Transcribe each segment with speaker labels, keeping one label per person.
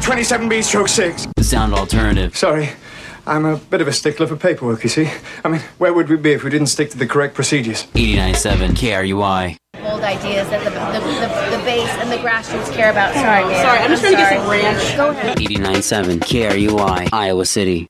Speaker 1: 27B stroke 6.
Speaker 2: Sound alternative.
Speaker 1: Sorry, I'm a bit of a stickler for paperwork, you see. I mean, where would we be if we didn't stick to the correct procedures?
Speaker 2: 8097 KRUI.
Speaker 3: old ideas that the, the, the, the base and the grassroots care about. Sorry, Dan.
Speaker 4: Oh, sorry, I'm just trying to get some
Speaker 3: sorry.
Speaker 4: ranch.
Speaker 3: Go ahead.
Speaker 2: 8097 KRUI. Iowa City.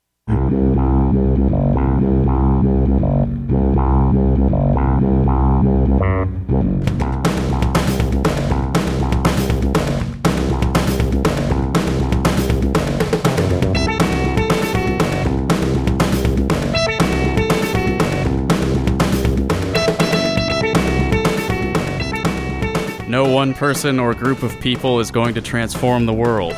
Speaker 5: No one person or group of people is going to transform the world.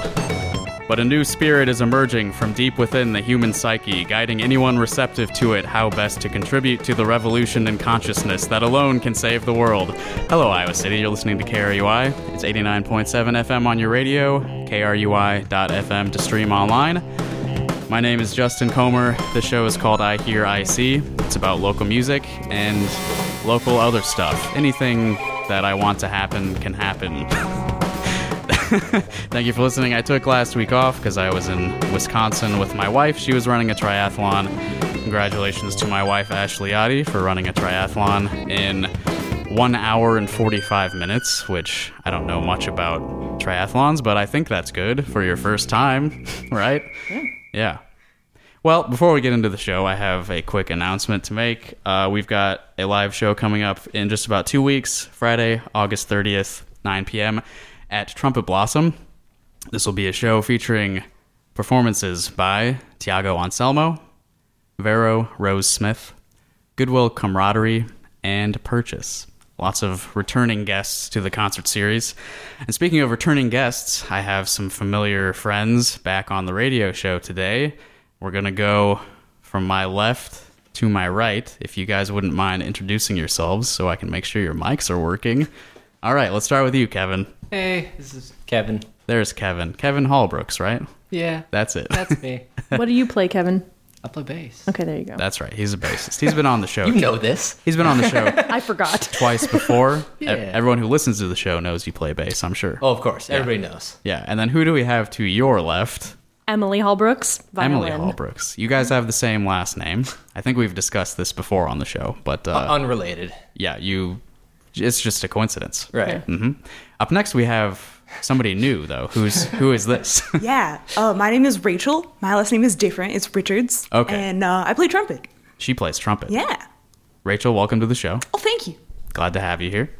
Speaker 5: But a new spirit is emerging from deep within the human psyche, guiding anyone receptive to it how best to contribute to the revolution in consciousness that alone can save the world. Hello, Iowa City. You're listening to KRUI. It's 89.7 FM on your radio, krui.fm to stream online. My name is Justin Comer. The show is called I Hear I See. It's about local music and local other stuff. Anything that I want to happen can happen. Thank you for listening. I took last week off because I was in Wisconsin with my wife. She was running a triathlon. Congratulations to my wife, Ashley Adi, for running a triathlon in one hour and 45 minutes, which I don't know much about triathlons, but I think that's good for your first time, right? Yeah. Well, before we get into the show, I have a quick announcement to make. Uh, we've got a live show coming up in just about two weeks, Friday, August 30th, 9 p.m., at Trumpet Blossom. This will be a show featuring performances by Tiago Anselmo, Vero Rose Smith, Goodwill Camaraderie, and Purchase. Lots of returning guests to the concert series. And speaking of returning guests, I have some familiar friends back on the radio show today. We're going to go from my left to my right, if you guys wouldn't mind introducing yourselves so I can make sure your mics are working. All right, let's start with you, Kevin.
Speaker 6: Hey, this is Kevin.
Speaker 5: There's Kevin. Kevin Hallbrooks, right?
Speaker 6: Yeah,
Speaker 5: That's it.
Speaker 6: that's me.
Speaker 7: What do you play, Kevin?
Speaker 6: I play bass.
Speaker 7: Okay, there you go.
Speaker 5: That's right. He's a bassist. He's been on the show.
Speaker 6: You know this.
Speaker 5: He's been on the show
Speaker 7: I forgot.
Speaker 5: twice before. E-
Speaker 6: Yeah.
Speaker 5: Everyone who listens to the show knows you play bass, I'm sure.
Speaker 6: Oh, of course. Everybody knows.
Speaker 5: Yeah, and then who do we have to your left?
Speaker 7: Emily Hallbrooks, violin.
Speaker 5: Emily Hallbrooks. You guys have the same last name. I think we've discussed this before on the show, but uh,
Speaker 6: Unrelated.
Speaker 5: yeah, you. It's just a coincidence.
Speaker 6: Right.
Speaker 5: hmm Up next, we have somebody new though. Who's who is this?
Speaker 8: Yeah. Uh, my name is Rachel. My last name is different. It's Richards.
Speaker 5: Okay.
Speaker 8: And uh, I play trumpet.
Speaker 5: she plays trumpet.
Speaker 8: Yeah.
Speaker 5: Rachel, welcome to the show.
Speaker 8: Oh, thank you.
Speaker 5: Glad to have you here.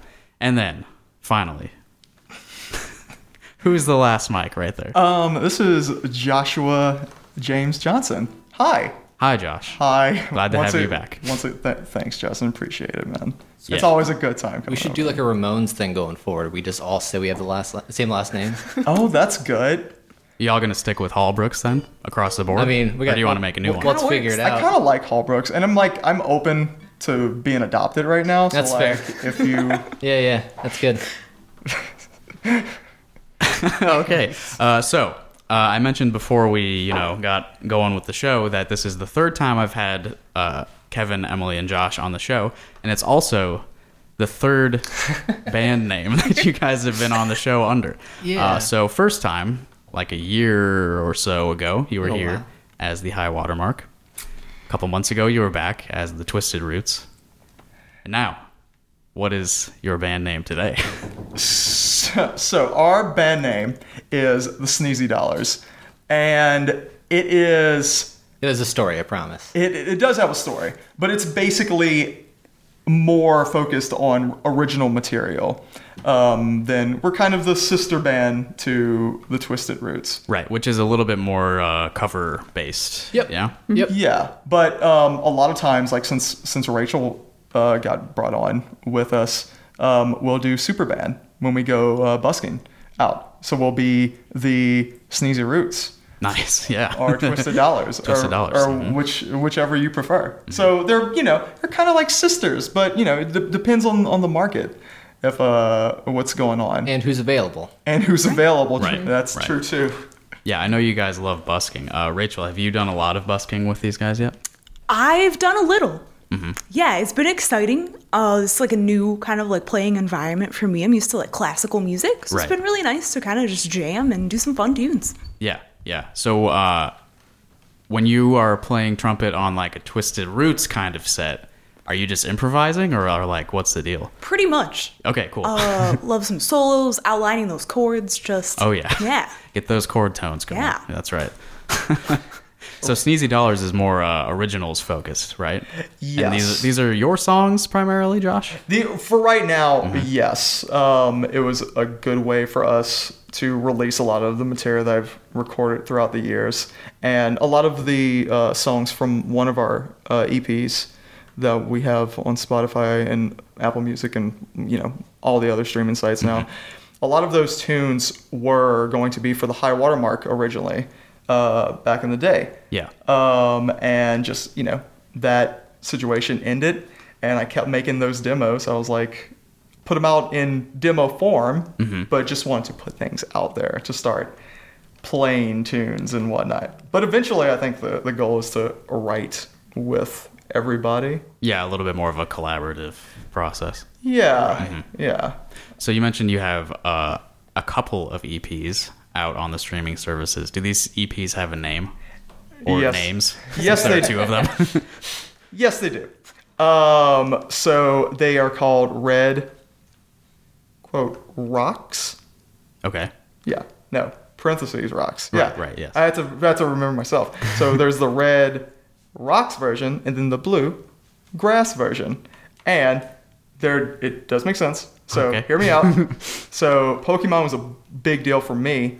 Speaker 5: And then finally, who's the last mic right there?
Speaker 6: Uh,
Speaker 9: Um, this is Joshua James Johnson. Hi.
Speaker 5: Hi, Josh.
Speaker 9: Hi.
Speaker 5: Glad to
Speaker 9: Once
Speaker 5: have you
Speaker 9: a-
Speaker 5: back.
Speaker 9: Once a, th- thanks, Justin. Appreciate it, man.
Speaker 5: Yeah.
Speaker 9: It's always a good time.
Speaker 6: We should do like a Ramones thing going forward. We just all say we have the last la- same last name.
Speaker 9: Oh, that's good.
Speaker 5: Y'all gonna stick with Hallbrooks then across the board?
Speaker 6: I mean, we
Speaker 5: Or
Speaker 6: got.
Speaker 5: do you want to make a new
Speaker 6: well,
Speaker 5: one?
Speaker 6: Let's figure it
Speaker 9: I kind
Speaker 6: out.
Speaker 9: of like Hallbrooks, and I'm like I'm open to being adopted right now. So
Speaker 6: That's
Speaker 9: like,
Speaker 6: fair.
Speaker 9: If you
Speaker 6: Yeah, yeah, that's good.
Speaker 5: okay. Uh, so uh, I mentioned before we, you know, got going with the show that this is the third time I've had uh, Kevin, Emily, and Josh on the show, and it's also the third band name that you guys have been on the show under.
Speaker 6: Yeah.
Speaker 5: Uh, so first time, like a year or so ago, you were
Speaker 6: Oh,
Speaker 5: here
Speaker 6: wow.
Speaker 5: as the High Water Mark. A couple months ago, you were back as the Twisted Roots. And now, what is your band name today?
Speaker 9: so our band name is the Sneezy Dollars, and it is
Speaker 6: It is a story, I promise.
Speaker 9: It, it it does have a story, but it's basically more focused on original material. Um, then we're kind of the sister band to the Twisted Roots.
Speaker 5: Right, which is a little bit more uh, cover based.
Speaker 6: Yep.
Speaker 5: Yeah.
Speaker 6: Yep.
Speaker 9: Yeah, but um, a lot of times, like since since Rachel uh, got brought on with us, um, we'll do super band when we go uh, busking out. So we'll be the Sneezy Roots.
Speaker 5: Nice. Yeah.
Speaker 9: or Twisted Dollars,
Speaker 5: Twisted
Speaker 9: or,
Speaker 5: Dollars, Mm-hmm.
Speaker 9: or
Speaker 5: mhm.
Speaker 9: which whichever you prefer. So they're you know they're kind of like sisters, but you know it d- depends on on the market if uh what's going on and,
Speaker 6: And who's available?
Speaker 9: who's available.
Speaker 5: Right,
Speaker 9: That's
Speaker 5: right.
Speaker 9: true too.
Speaker 5: yeah, I know you guys love busking. Uh, Rachel, have you done a lot of busking with these guys yet?
Speaker 8: I've done a little.
Speaker 5: Mm-hmm.
Speaker 8: Yeah, it's been exciting. Uh, it's like a new kind of like playing environment for me. I'm used to like classical music, so
Speaker 5: Right.
Speaker 8: it's been really nice to kind of just jam and do some fun tunes.
Speaker 5: Yeah, yeah. So uh, when you are playing trumpet on like a Twisted Roots kind of set, are you just improvising or are like what's the deal?
Speaker 8: Pretty much.
Speaker 5: Okay, cool.
Speaker 8: Uh, love some solos, outlining those chords, just.
Speaker 5: oh yeah.
Speaker 8: Yeah.
Speaker 5: Get those chord tones going.
Speaker 8: Yeah.
Speaker 5: That's right. so Sneezy Dollars is more uh, originals focused, right? And
Speaker 9: Yes.
Speaker 5: these these are your songs primarily, Josh?
Speaker 9: The, for right now, yes. Um, it was a good way for us to release a lot of the material that I've recorded throughout the years. And a lot of the uh, songs from one of our uh, EPs that we have on Spotify and Apple Music and, you know, all the other streaming sites now, a lot of those tunes were going to be for the High Watermark originally uh, back in the day
Speaker 5: Yeah.
Speaker 9: um, and just you know that situation ended and i kept making those demos i was like put them out in demo form but just wanted to put things out there to start playing tunes and whatnot but eventually i think the, the goal is to write with everybody
Speaker 5: Yeah, a little bit more of a collaborative process.
Speaker 9: yeah yeah
Speaker 5: So you mentioned you have uh, a couple of EPs out on the streaming services. Do these EPs have a name or
Speaker 9: Yes.
Speaker 5: names?
Speaker 9: Yes,
Speaker 5: there are
Speaker 9: they do.
Speaker 5: two of them.
Speaker 9: yes they do um, so they are called red quote rocks
Speaker 5: okay.
Speaker 9: Yeah. No. Parentheses rocks.
Speaker 5: Right,
Speaker 9: yeah.
Speaker 5: right, yes.
Speaker 9: I had to I had to remember myself. So there's the red rocks version and then the blue grass version. And there it does make sense. So
Speaker 5: Okay.
Speaker 9: hear me out. so Pokemon was a big deal for me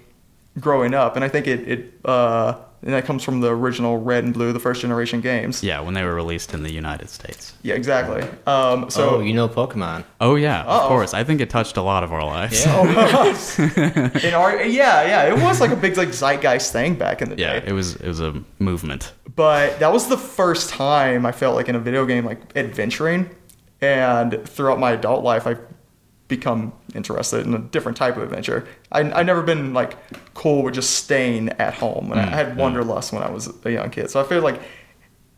Speaker 9: growing up and I think it, it uh and that comes from the original red and blue, the first generation games.
Speaker 5: Yeah, when they were released in the United States.
Speaker 9: Yeah, exactly. Um so
Speaker 6: oh, you know Pokemon.
Speaker 5: Oh yeah, of course. I think it touched a lot of our lives. Yeah,
Speaker 9: in our yeah, yeah, it was like a big like zeitgeist thing back in the day.
Speaker 5: it was it was a movement.
Speaker 9: but that was the first time I felt like in a video game like adventuring. And throughout my adult life, I've become interested in a different type of adventure. I I never been like cool with just staying at home,
Speaker 5: Mm,
Speaker 9: and I had wanderlust when I was a young kid. So I feel like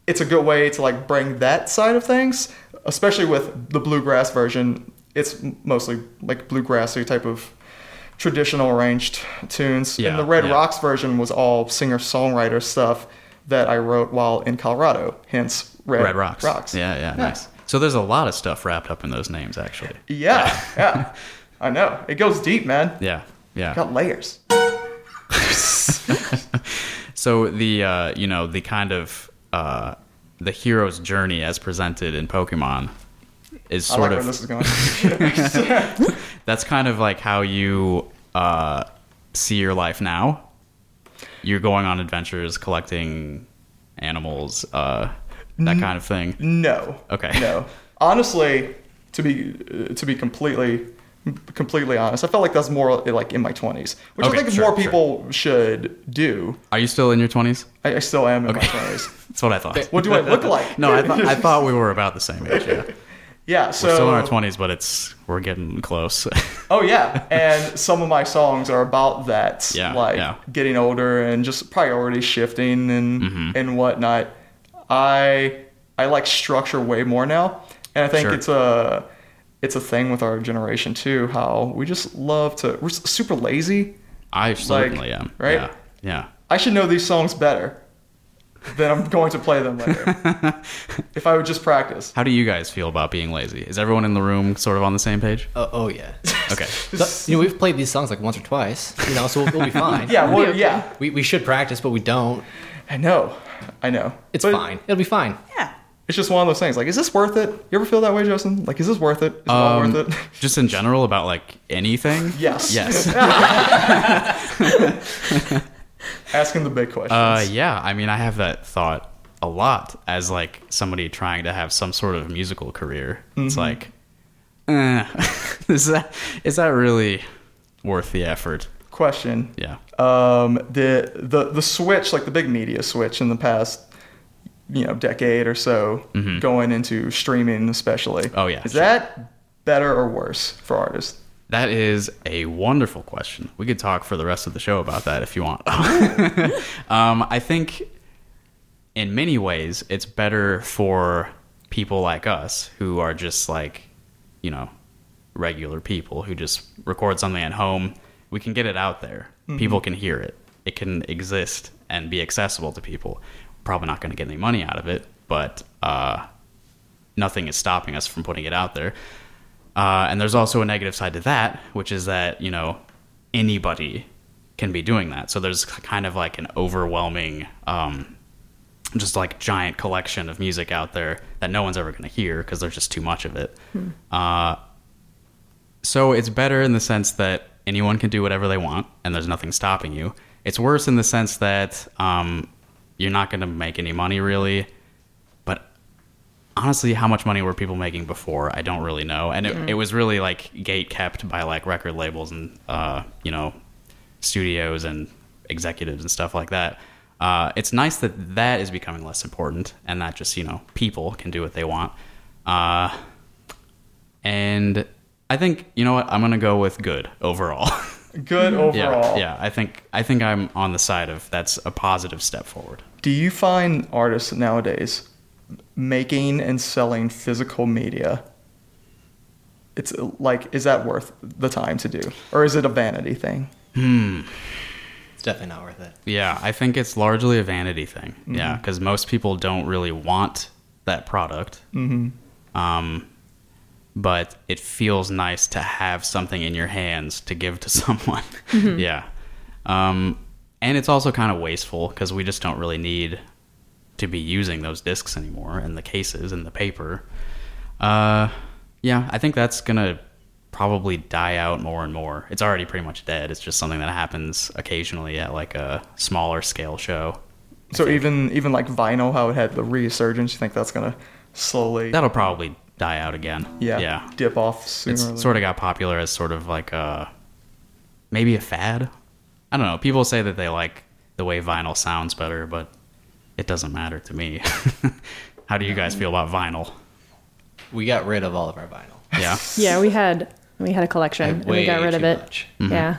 Speaker 9: it's a good way to like bring that side of things, especially with the bluegrass version. It's m- mostly like bluegrassy type of traditional arranged tunes.
Speaker 5: Yeah,
Speaker 9: and the Red
Speaker 5: yeah.
Speaker 9: Rocks version was all singer songwriter stuff that I wrote while in Colorado, hence Red,
Speaker 5: Red Rocks. Yeah, yeah, nice. So there's a lot of stuff wrapped up in those names actually.
Speaker 9: Yeah, yeah. I know. It goes deep, man.
Speaker 5: Yeah. Yeah.
Speaker 9: Got layers.
Speaker 5: So the uh, you know the kind of uh, the hero's journey as presented in Pokemon is
Speaker 9: I
Speaker 5: sort
Speaker 9: like
Speaker 5: of
Speaker 9: where this is going.
Speaker 5: that's kind of like how you uh, see your life now. You're going on adventures, collecting animals, uh, that kind of thing.
Speaker 9: No.
Speaker 5: Okay.
Speaker 9: No. Honestly, to be uh, to be completely completely honest, I felt like that's more like in my twenties, which
Speaker 5: Okay,
Speaker 9: I think
Speaker 5: sure,
Speaker 9: more
Speaker 5: sure.
Speaker 9: people should do.
Speaker 5: Are you still in your twenties?
Speaker 9: I, I still am in my twenties.
Speaker 5: That's what I thought.
Speaker 9: What do I look like?
Speaker 5: No, I, th- I thought we were about the same age. Yeah.
Speaker 9: Yeah. So
Speaker 5: We're still in our twenties, but it's we're getting close.
Speaker 9: Oh yeah, and some of my songs are about that,
Speaker 5: Yeah,
Speaker 9: like
Speaker 5: yeah.
Speaker 9: getting older and just priority shifting and
Speaker 5: Mm-hmm.
Speaker 9: and whatnot. I I like structure way more now, and I think
Speaker 5: Sure.
Speaker 9: it's a it's a thing with our generation too. How we just love to we're s- super lazy.
Speaker 5: I certainly am.
Speaker 9: right?
Speaker 5: Yeah. Yeah.
Speaker 9: I should know these songs better than I'm going to play them later. if I would just practice.
Speaker 5: How do you guys feel about being lazy? Is everyone in the room sort of on the same page?
Speaker 6: Oh, oh yeah.
Speaker 5: Okay.
Speaker 6: So, you know, we've played these songs like once or twice. You know, so we'll, we'll be fine.
Speaker 9: Yeah, well, yeah.
Speaker 6: We, we should practice, but we don't.
Speaker 9: I know, I know.
Speaker 6: It's
Speaker 9: But
Speaker 6: fine. It'll be fine.
Speaker 8: Yeah.
Speaker 9: It's just one of those things. Like, is this worth it? You ever feel that way, Justin? Like, is this worth it? Is it all
Speaker 5: Um,
Speaker 9: worth it?
Speaker 5: Just in general about like anything?
Speaker 9: Yes.
Speaker 5: Yes.
Speaker 9: Asking the big questions.
Speaker 5: Uh, yeah, I mean, I have that thought a lot as like somebody trying to have some sort of musical career. It's like, eh, is that is that really worth the effort?
Speaker 9: Question.
Speaker 5: Yeah,
Speaker 9: Um, the the the switch, like the big media switch in the past, you know, decade or so, going into streaming, especially.
Speaker 5: Mm-hmm. Oh, yeah,
Speaker 9: Is
Speaker 5: sure.
Speaker 9: that better or worse for artists?
Speaker 5: that is a wonderful question. We could talk for the rest of the show about that if you want. um, I think in many ways it's better for people like us who are just like, you know, regular people who just record something at home. We can get it out there. People can hear it. It can exist and be accessible to people. Probably not going to get any money out of it, but uh, nothing is stopping us from putting it out there. Uh, and there's also a negative side to that, which is that, you know, anybody can be doing that. So there's k- kind of like an overwhelming, um, just like giant collection of music out there that no one's ever going to hear because there's just too much of it. Uh, so it's better in the sense that anyone can do whatever they want and there's nothing stopping you. It's worse in the sense that um, you're not going to make any money really. But honestly, how much money were people making before? I don't really know. And it, it was really like gate kept by like record labels and, uh, you know, studios and executives and stuff like that. Uh, it's nice that that is becoming less important and that just, you know, people can do what they want. Uh, and I think, you know what? I'm going to go with good overall.
Speaker 9: Good overall.
Speaker 5: yeah. Yeah. I think, I think I'm on the side of that's a positive step forward.
Speaker 9: Do you find artists nowadays making and selling physical media? It's uh, like, is that worth the time to do, or is it a vanity thing?
Speaker 6: It's definitely not worth it.
Speaker 5: Yeah, I think it's largely a vanity thing. Yeah, because most people don't really want that product. Mm-hmm. Um, but it feels nice to have something in your hands to give to someone. yeah. Um, and it's also kind of wasteful because we just don't really need to be using those discs anymore and the cases and the paper. Uh, yeah, I think that's gonna probably die out more and more. It's already pretty much dead. It's just something that happens occasionally at like a smaller scale show.
Speaker 9: So even even like vinyl, how it had the resurgence, you think that's gonna slowly
Speaker 5: That'll probably die out again.
Speaker 9: yeah,
Speaker 5: yeah.
Speaker 9: dip off sooner?
Speaker 5: It's
Speaker 9: or later?
Speaker 5: sort of got popular as sort of like a maybe a fad. I don't know. People say that they like the way vinyl sounds better, but it doesn't matter to me. How do you guys feel about vinyl?
Speaker 6: We got rid of all of our vinyl.
Speaker 5: Yeah.
Speaker 7: Yeah, we had we had a collection and we
Speaker 6: Way
Speaker 7: got rid of
Speaker 6: too
Speaker 7: it.
Speaker 6: much.
Speaker 5: Mm-hmm.
Speaker 7: Yeah,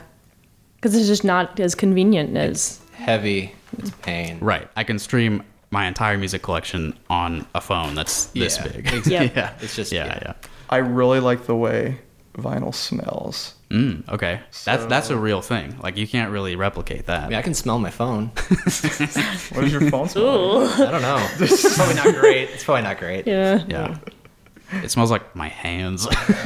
Speaker 7: because it's just not as convenient as
Speaker 6: Heavy. It's
Speaker 7: Mm.
Speaker 6: a pain.
Speaker 5: Right. I can stream my entire music collection on a phone that's this
Speaker 6: Yeah,
Speaker 5: big.
Speaker 6: exactly.
Speaker 7: Yep.
Speaker 5: yeah.
Speaker 6: It's just-
Speaker 5: yeah, yeah.
Speaker 6: yeah.
Speaker 9: I really like the way vinyl smells.
Speaker 5: Mm, okay. that's that's a real thing. Like you can't really replicate that.
Speaker 6: I mean, I can smell my phone.
Speaker 9: What does your phone smell? like?
Speaker 6: I don't know. It's probably not great. It's probably not great.
Speaker 7: yeah.
Speaker 5: Yeah. It smells like my hands.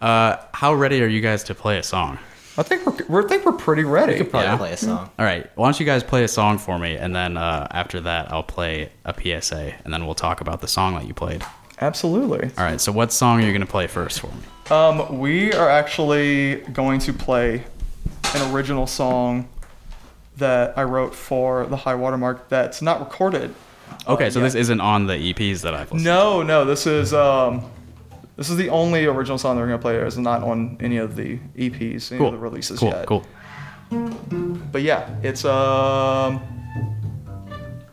Speaker 5: uh, how ready are you guys to play a song?
Speaker 9: I think we're, we're I think we're pretty ready.
Speaker 6: Probably
Speaker 5: Yeah.
Speaker 6: play a song.
Speaker 7: Mm-hmm.
Speaker 5: All right. Why don't you guys play a song for me, and then uh, after that, I'll play a PSA, and then we'll talk about the song that you played.
Speaker 9: Absolutely.
Speaker 5: All right. So, what song are you gonna play first for me?
Speaker 9: Um, we are actually going to play an original song that I wrote for the High Water Mark that's not recorded.
Speaker 5: Okay. So this isn't on the EPs that I've listened.
Speaker 9: Oh, No, no, this is um, this is the only original song that we're gonna play. It's not on any of the EPs, any
Speaker 5: Cool.
Speaker 9: of the releases
Speaker 5: cool.
Speaker 9: yet.
Speaker 5: Cool.
Speaker 9: But yeah, it's um,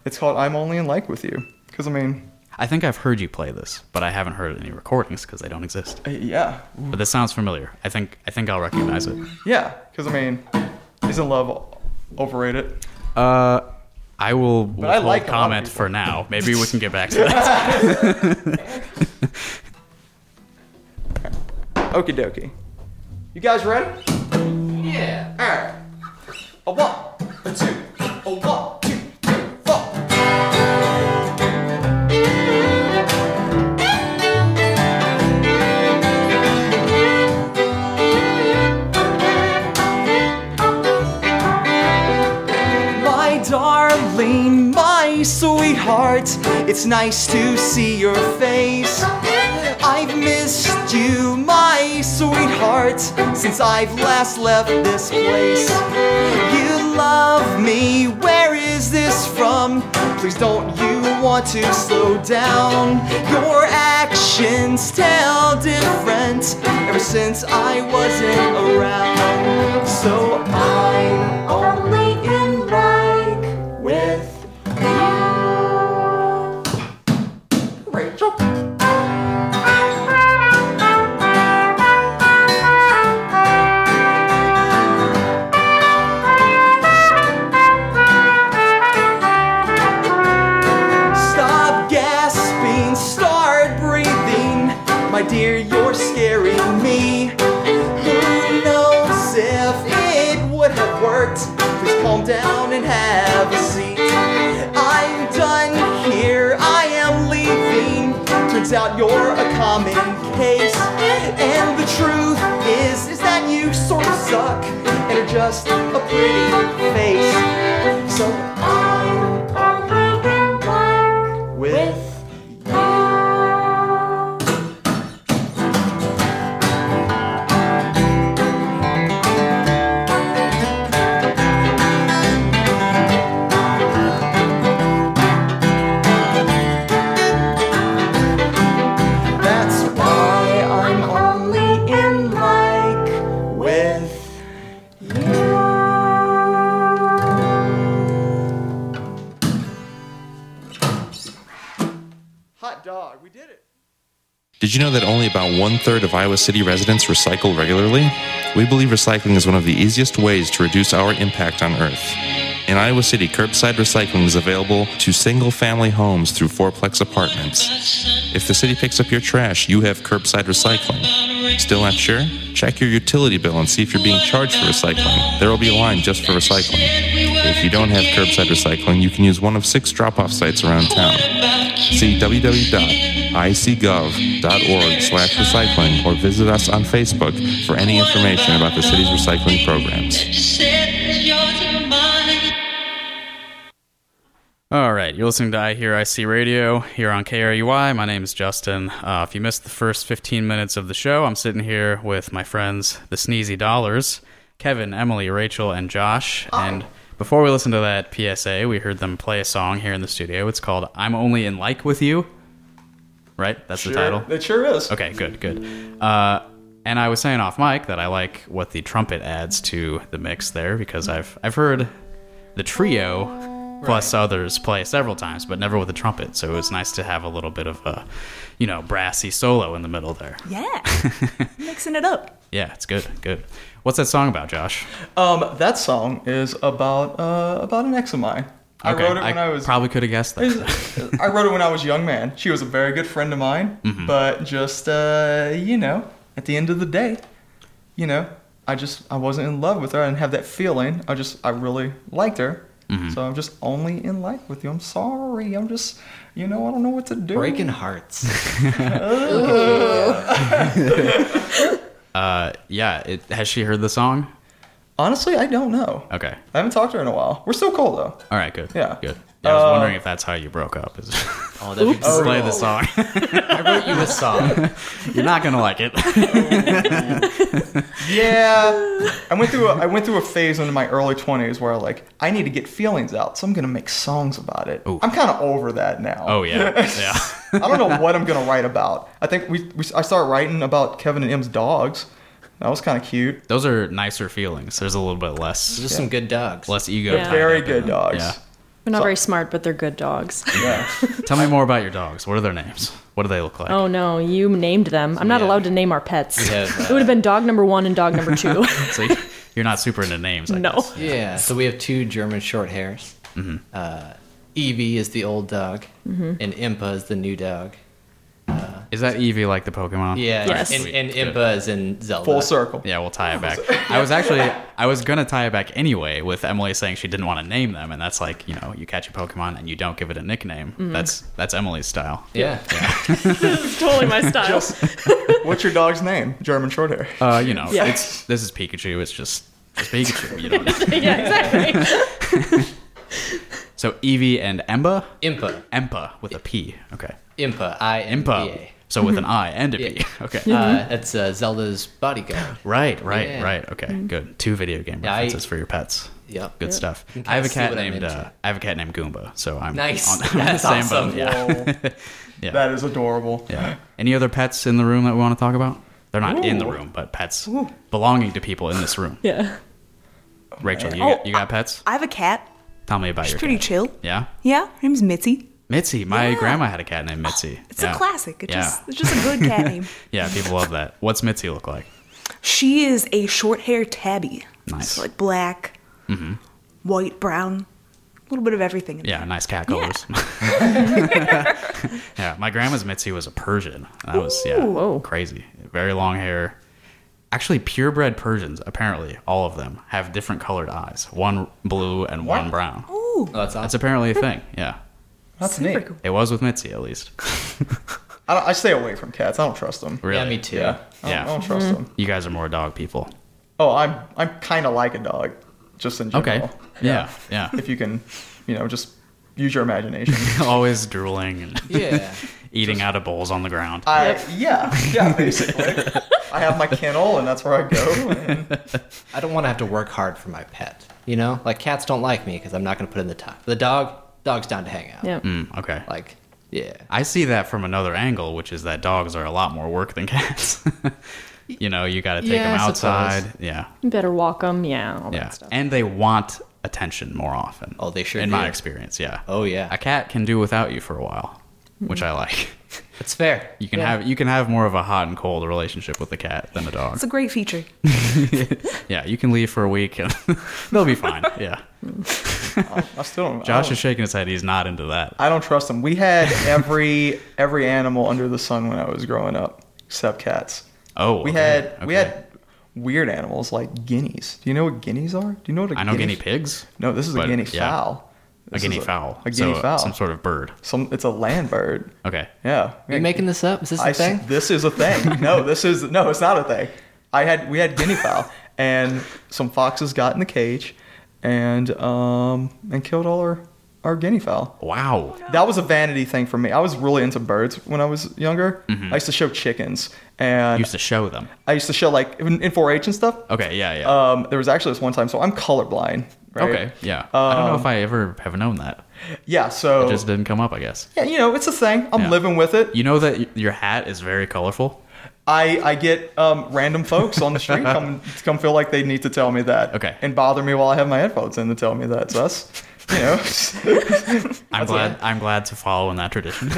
Speaker 9: it's called "I'm Only in Like with You" because I mean,
Speaker 5: I think I've heard you play this, but I haven't heard any recordings because they don't exist.
Speaker 9: eh, yeah,
Speaker 5: But this sounds familiar. I think I think I'll recognize it.
Speaker 9: yeah, because I mean, isn't love overrated?
Speaker 5: Uh, I will withhold
Speaker 9: I like a lot of
Speaker 5: comment
Speaker 9: people.
Speaker 5: for now. Maybe we can get back to that.
Speaker 9: Okie dokie. You guys ready? Yeah. Alright. A one, a two, a one, two, three, four. My darling, my sweetheart, it's nice to see your face. I've missed you, my sweetheart, since I've last left this place. You love me, where is this from? Please don't you want to slow down? Your actions tell different ever since I wasn't around. So I'm only in like with you. Rachel.
Speaker 4: hurt. Please calm down and have a seat. I'm done here, I am leaving. Turns out you're a common case. And the truth is, is that you sort of suck and are just a pretty face. So I'm only the one with. That's why I'm only in like with you. Hot dog, we did it.
Speaker 10: Did you know that only about one third of Iowa City residents recycle regularly? We believe recycling is one of the easiest ways to reduce our impact on Earth. In Iowa City, curbside recycling is available to single family homes through fourplex apartments. If the city picks up your trash, you have curbside recycling. Still not sure? Check your utility bill and see if you're being charged for recycling. There will be a line just for recycling. If you don't have curbside recycling, you can use one of six drop off sites around town. See www.icgov.org slash recycling or visit us on Facebook for any information about the city's recycling programs.
Speaker 5: All right, you're listening to I Hear I See Radio here on KRUI. My name is Justin. Uh, if you missed the first 15 minutes of the show, I'm sitting here with my friends, the Sneezy Dollars, Kevin, Emily, Rachel, and Josh.
Speaker 9: Ah.
Speaker 5: And before we listen to that PSA, we heard them play a song here in the studio. It's called I'm Only in Like With You. Right? That's the title.
Speaker 9: It sure is.
Speaker 5: Okay, good, good. Uh, and I was saying off mic that I like what the trumpet adds to the mix there because I've I've heard the trio plus others play several times, but never with a trumpet. So it was nice to have a little bit of a, you know, brassy solo in the middle there.
Speaker 8: Yeah. Mixing it up.
Speaker 5: Yeah, it's good, good. What's that song about, Josh?
Speaker 9: Um, that song is about uh, about an ex of mine. I wrote it when I, was.
Speaker 5: probably could have guessed that.
Speaker 9: I wrote it when I was a young man. She was a very good friend of mine, but just uh, you know, at the end of the day, you know, I just I wasn't in love with her. I didn't have that feeling. I just I really liked her. So I'm just only in love with you. I'm sorry. I'm just, you know, I don't know what to do.
Speaker 6: Breaking hearts.
Speaker 5: Uh, yeah, it, has she heard the song?
Speaker 9: Honestly, I don't know.
Speaker 5: Okay,
Speaker 9: I haven't talked to her in a while. We're still cool though.
Speaker 5: all right, good.
Speaker 9: Yeah.
Speaker 5: good. Yeah, I was
Speaker 9: Uh,
Speaker 5: wondering if that's how you broke up. Is
Speaker 6: Oh, that'd be
Speaker 5: just play
Speaker 6: brutal.
Speaker 5: the song?
Speaker 6: I wrote you a song.
Speaker 5: You're not gonna like it.
Speaker 9: Yeah, I went through a, I went through a phase in my early twenties where I like I need to get feelings out, so I'm gonna make songs about it. I'm kind of over that now.
Speaker 5: oh yeah, yeah.
Speaker 9: I don't know what I'm gonna write about. I think we, we I started writing about Kevin and M's dogs. That was kind of cute.
Speaker 5: Those are nicer feelings. There's a little bit less
Speaker 6: Just some good dogs.
Speaker 5: less ego.
Speaker 7: Yeah.
Speaker 5: tied
Speaker 9: Very
Speaker 5: up in
Speaker 9: good
Speaker 5: them.
Speaker 9: dogs.
Speaker 5: Yeah.
Speaker 7: They're not very smart, but they're good dogs.
Speaker 9: Yeah.
Speaker 5: Tell me more about your dogs. What are their names? What do they look like?
Speaker 7: Oh no, you named them. I'm not
Speaker 6: Yeah.
Speaker 7: allowed to name our pets.
Speaker 6: have,
Speaker 7: it would have been dog number one and dog number two.
Speaker 5: So you- you're not super into names. I
Speaker 7: no.
Speaker 5: guess.
Speaker 6: Yeah, so we have two German short hairs. Uh, Evie is the old dog,
Speaker 7: Mm-hmm.
Speaker 6: and Impa is the new dog.
Speaker 5: Is that Eevee like the Pokemon?
Speaker 6: Yeah,
Speaker 7: Yes.
Speaker 6: and, and
Speaker 5: Good.
Speaker 6: Impa is in Zelda.
Speaker 9: Full circle.
Speaker 5: Yeah, we'll tie it back. I was actually I was gonna tie it back anyway with Emily saying she didn't want to name them, and that's like you know you catch a Pokemon and you don't give it a nickname.
Speaker 7: Mm-hmm.
Speaker 5: That's that's Emily's style.
Speaker 6: Yeah.
Speaker 7: It's totally my style.
Speaker 9: What's your dog's name? German short hair.
Speaker 5: Uh, you know,
Speaker 7: Yeah.
Speaker 5: it's this is Pikachu. It's just it's Pikachu. You know.
Speaker 7: yeah, exactly.
Speaker 5: So Eevee and Emba,
Speaker 6: Impa.
Speaker 5: Empa with a P. Okay,
Speaker 6: Impa. I
Speaker 5: Impa.
Speaker 6: Impa.
Speaker 5: So with an I and a P.
Speaker 6: Yeah.
Speaker 5: Okay.
Speaker 6: Uh, that's uh, Zelda's bodyguard.
Speaker 5: Right, right,
Speaker 6: Yeah.
Speaker 5: right. Okay, good. Two video game
Speaker 6: Yeah, I-
Speaker 5: references for your pets.
Speaker 6: Yep.
Speaker 5: Good
Speaker 6: Yep.
Speaker 5: stuff.
Speaker 6: You can
Speaker 5: I have
Speaker 6: kinda
Speaker 5: a
Speaker 6: see
Speaker 5: cat
Speaker 6: what I'm
Speaker 5: named
Speaker 6: into.
Speaker 5: uh, I have a cat named Goomba, so I'm
Speaker 6: Nice.
Speaker 5: On, I'm
Speaker 6: That's
Speaker 5: on the same boat.
Speaker 6: awesome.
Speaker 5: Yeah.
Speaker 9: Whoa.
Speaker 5: Yeah.
Speaker 9: That is adorable.
Speaker 5: yeah. Any other pets in the room that we want to talk about? They're not in the
Speaker 9: Ooh.
Speaker 5: room, but pets belonging to people in this room.
Speaker 7: Yeah.
Speaker 5: Rachel, you,
Speaker 8: Oh,
Speaker 5: got, you got pets?
Speaker 8: I have a cat.
Speaker 5: Tell me about
Speaker 8: She's
Speaker 5: your
Speaker 8: pretty
Speaker 5: cat.
Speaker 8: chill.
Speaker 5: Yeah,
Speaker 8: Yeah. Her name's Mitzi.
Speaker 5: Mitzi. My
Speaker 8: Yeah.
Speaker 5: grandma had a cat named Mitzi.
Speaker 8: It's
Speaker 5: Yeah.
Speaker 8: a classic. It
Speaker 5: Yeah.
Speaker 8: just, it's just a good cat name.
Speaker 5: Yeah, people love that. What's Mitzi look like?
Speaker 8: She is a short hair tabby.
Speaker 5: Nice.
Speaker 8: So like black, white, brown, a little bit of everything. In
Speaker 5: Mm-hmm. Yeah, nice cat
Speaker 8: Yeah.
Speaker 5: colors. Yeah, my grandma's Mitzi was a Persian. That was yeah,
Speaker 7: Ooh.
Speaker 5: crazy. Very long hair, Actually, purebred Persians, apparently, all of them have different colored eyes one blue and one brown.
Speaker 8: Ooh.
Speaker 6: Oh,
Speaker 5: that's, apparently a thing, yeah.
Speaker 9: That's neat.
Speaker 5: It was with Mitzi, at least.
Speaker 9: I, don't, I stay away from cats. I don't trust them.
Speaker 5: Really?
Speaker 6: me too.
Speaker 9: Yeah. I don't,
Speaker 5: Yeah.
Speaker 9: I don't trust them.
Speaker 5: You guys are more dog people.
Speaker 9: Oh, I'm I'm kind of like a dog, just in general.
Speaker 5: Okay. Yeah. Yeah.
Speaker 9: If you can, you know, just use your imagination.
Speaker 5: Always drooling and
Speaker 6: Yeah.
Speaker 5: eating out of bowls on the ground.
Speaker 9: I yeah yeah basically. I have my kennel and that's where I go. And
Speaker 6: I don't want to have to work hard for my pet. You know, like cats don't like me because I'm not going to put in the time. The dog, dog's down to hang out.
Speaker 7: Yeah.
Speaker 5: Mm, okay.
Speaker 6: Like, yeah.
Speaker 5: I see that from another angle, which is that dogs are a lot more work than cats. you know, you got to take
Speaker 6: Yeah, I
Speaker 5: them
Speaker 6: suppose.
Speaker 5: outside. Yeah.
Speaker 7: You better walk them. Yeah. All
Speaker 5: Yeah.
Speaker 7: that stuff.
Speaker 5: And they want attention more often.
Speaker 6: Oh, they sure
Speaker 5: In
Speaker 6: do.
Speaker 5: my experience, yeah.
Speaker 6: Oh yeah,
Speaker 5: A cat can do without you for a while,
Speaker 6: Hmm.
Speaker 5: which I like.
Speaker 6: that's fair.
Speaker 5: You can have you can have more of a hot and cold relationship with the cat than a dog.
Speaker 8: It's a great feature.
Speaker 5: Yeah, you can leave for a week and they'll be fine. Yeah.
Speaker 9: I still don't. I
Speaker 5: Josh
Speaker 9: don't,
Speaker 5: is shaking his head. He's not into that.
Speaker 9: I don't trust them. We had every every animal under the sun when I was growing up, except cats.
Speaker 5: Oh,
Speaker 9: We
Speaker 5: okay,
Speaker 9: had we
Speaker 5: okay.
Speaker 9: had weird animals like guineas. Do you know what guineas are? Do you know what a
Speaker 5: I know guinea
Speaker 9: f-
Speaker 5: pigs.
Speaker 9: No, this is a
Speaker 5: but,
Speaker 9: guinea
Speaker 5: yeah.
Speaker 9: fowl.
Speaker 5: A
Speaker 9: This
Speaker 5: guinea
Speaker 9: is
Speaker 5: fowl.
Speaker 9: A guinea
Speaker 5: so, uh,
Speaker 9: fowl.
Speaker 5: Some sort of bird.
Speaker 9: Some it's a land bird.
Speaker 5: Okay.
Speaker 9: Yeah.
Speaker 6: Are you making this up? Is this a
Speaker 9: I s-
Speaker 6: thing?
Speaker 9: this is a thing. No, this is no, it's not a thing. I had we had guinea fowl, and some foxes got in the cage, and um and killed all our our guinea fowl.
Speaker 5: Wow.
Speaker 9: That was a vanity thing for me. I was really into birds when I was younger. I used to show chickens, and
Speaker 5: You Mm-hmm. used to show them.
Speaker 9: I used to show like in in 4-H and stuff.
Speaker 5: Okay. Yeah. Yeah.
Speaker 9: Um, there was actually this one time. So I'm colorblind. Right?
Speaker 5: Okay. Yeah. I don't know if I ever have known that.
Speaker 9: Yeah. So
Speaker 5: It just didn't come up, I guess.
Speaker 9: yeah, you know, it's a thing. I'm
Speaker 5: Yeah.
Speaker 9: living with it.
Speaker 5: You know that y- your hat is very colorful.
Speaker 9: I, I get um, random folks on the street come come feel like they need to tell me that.
Speaker 5: Okay.
Speaker 9: And bother me while I have my headphones in to tell me that. So that's you know.
Speaker 5: I'm glad. I'm glad to follow in that tradition.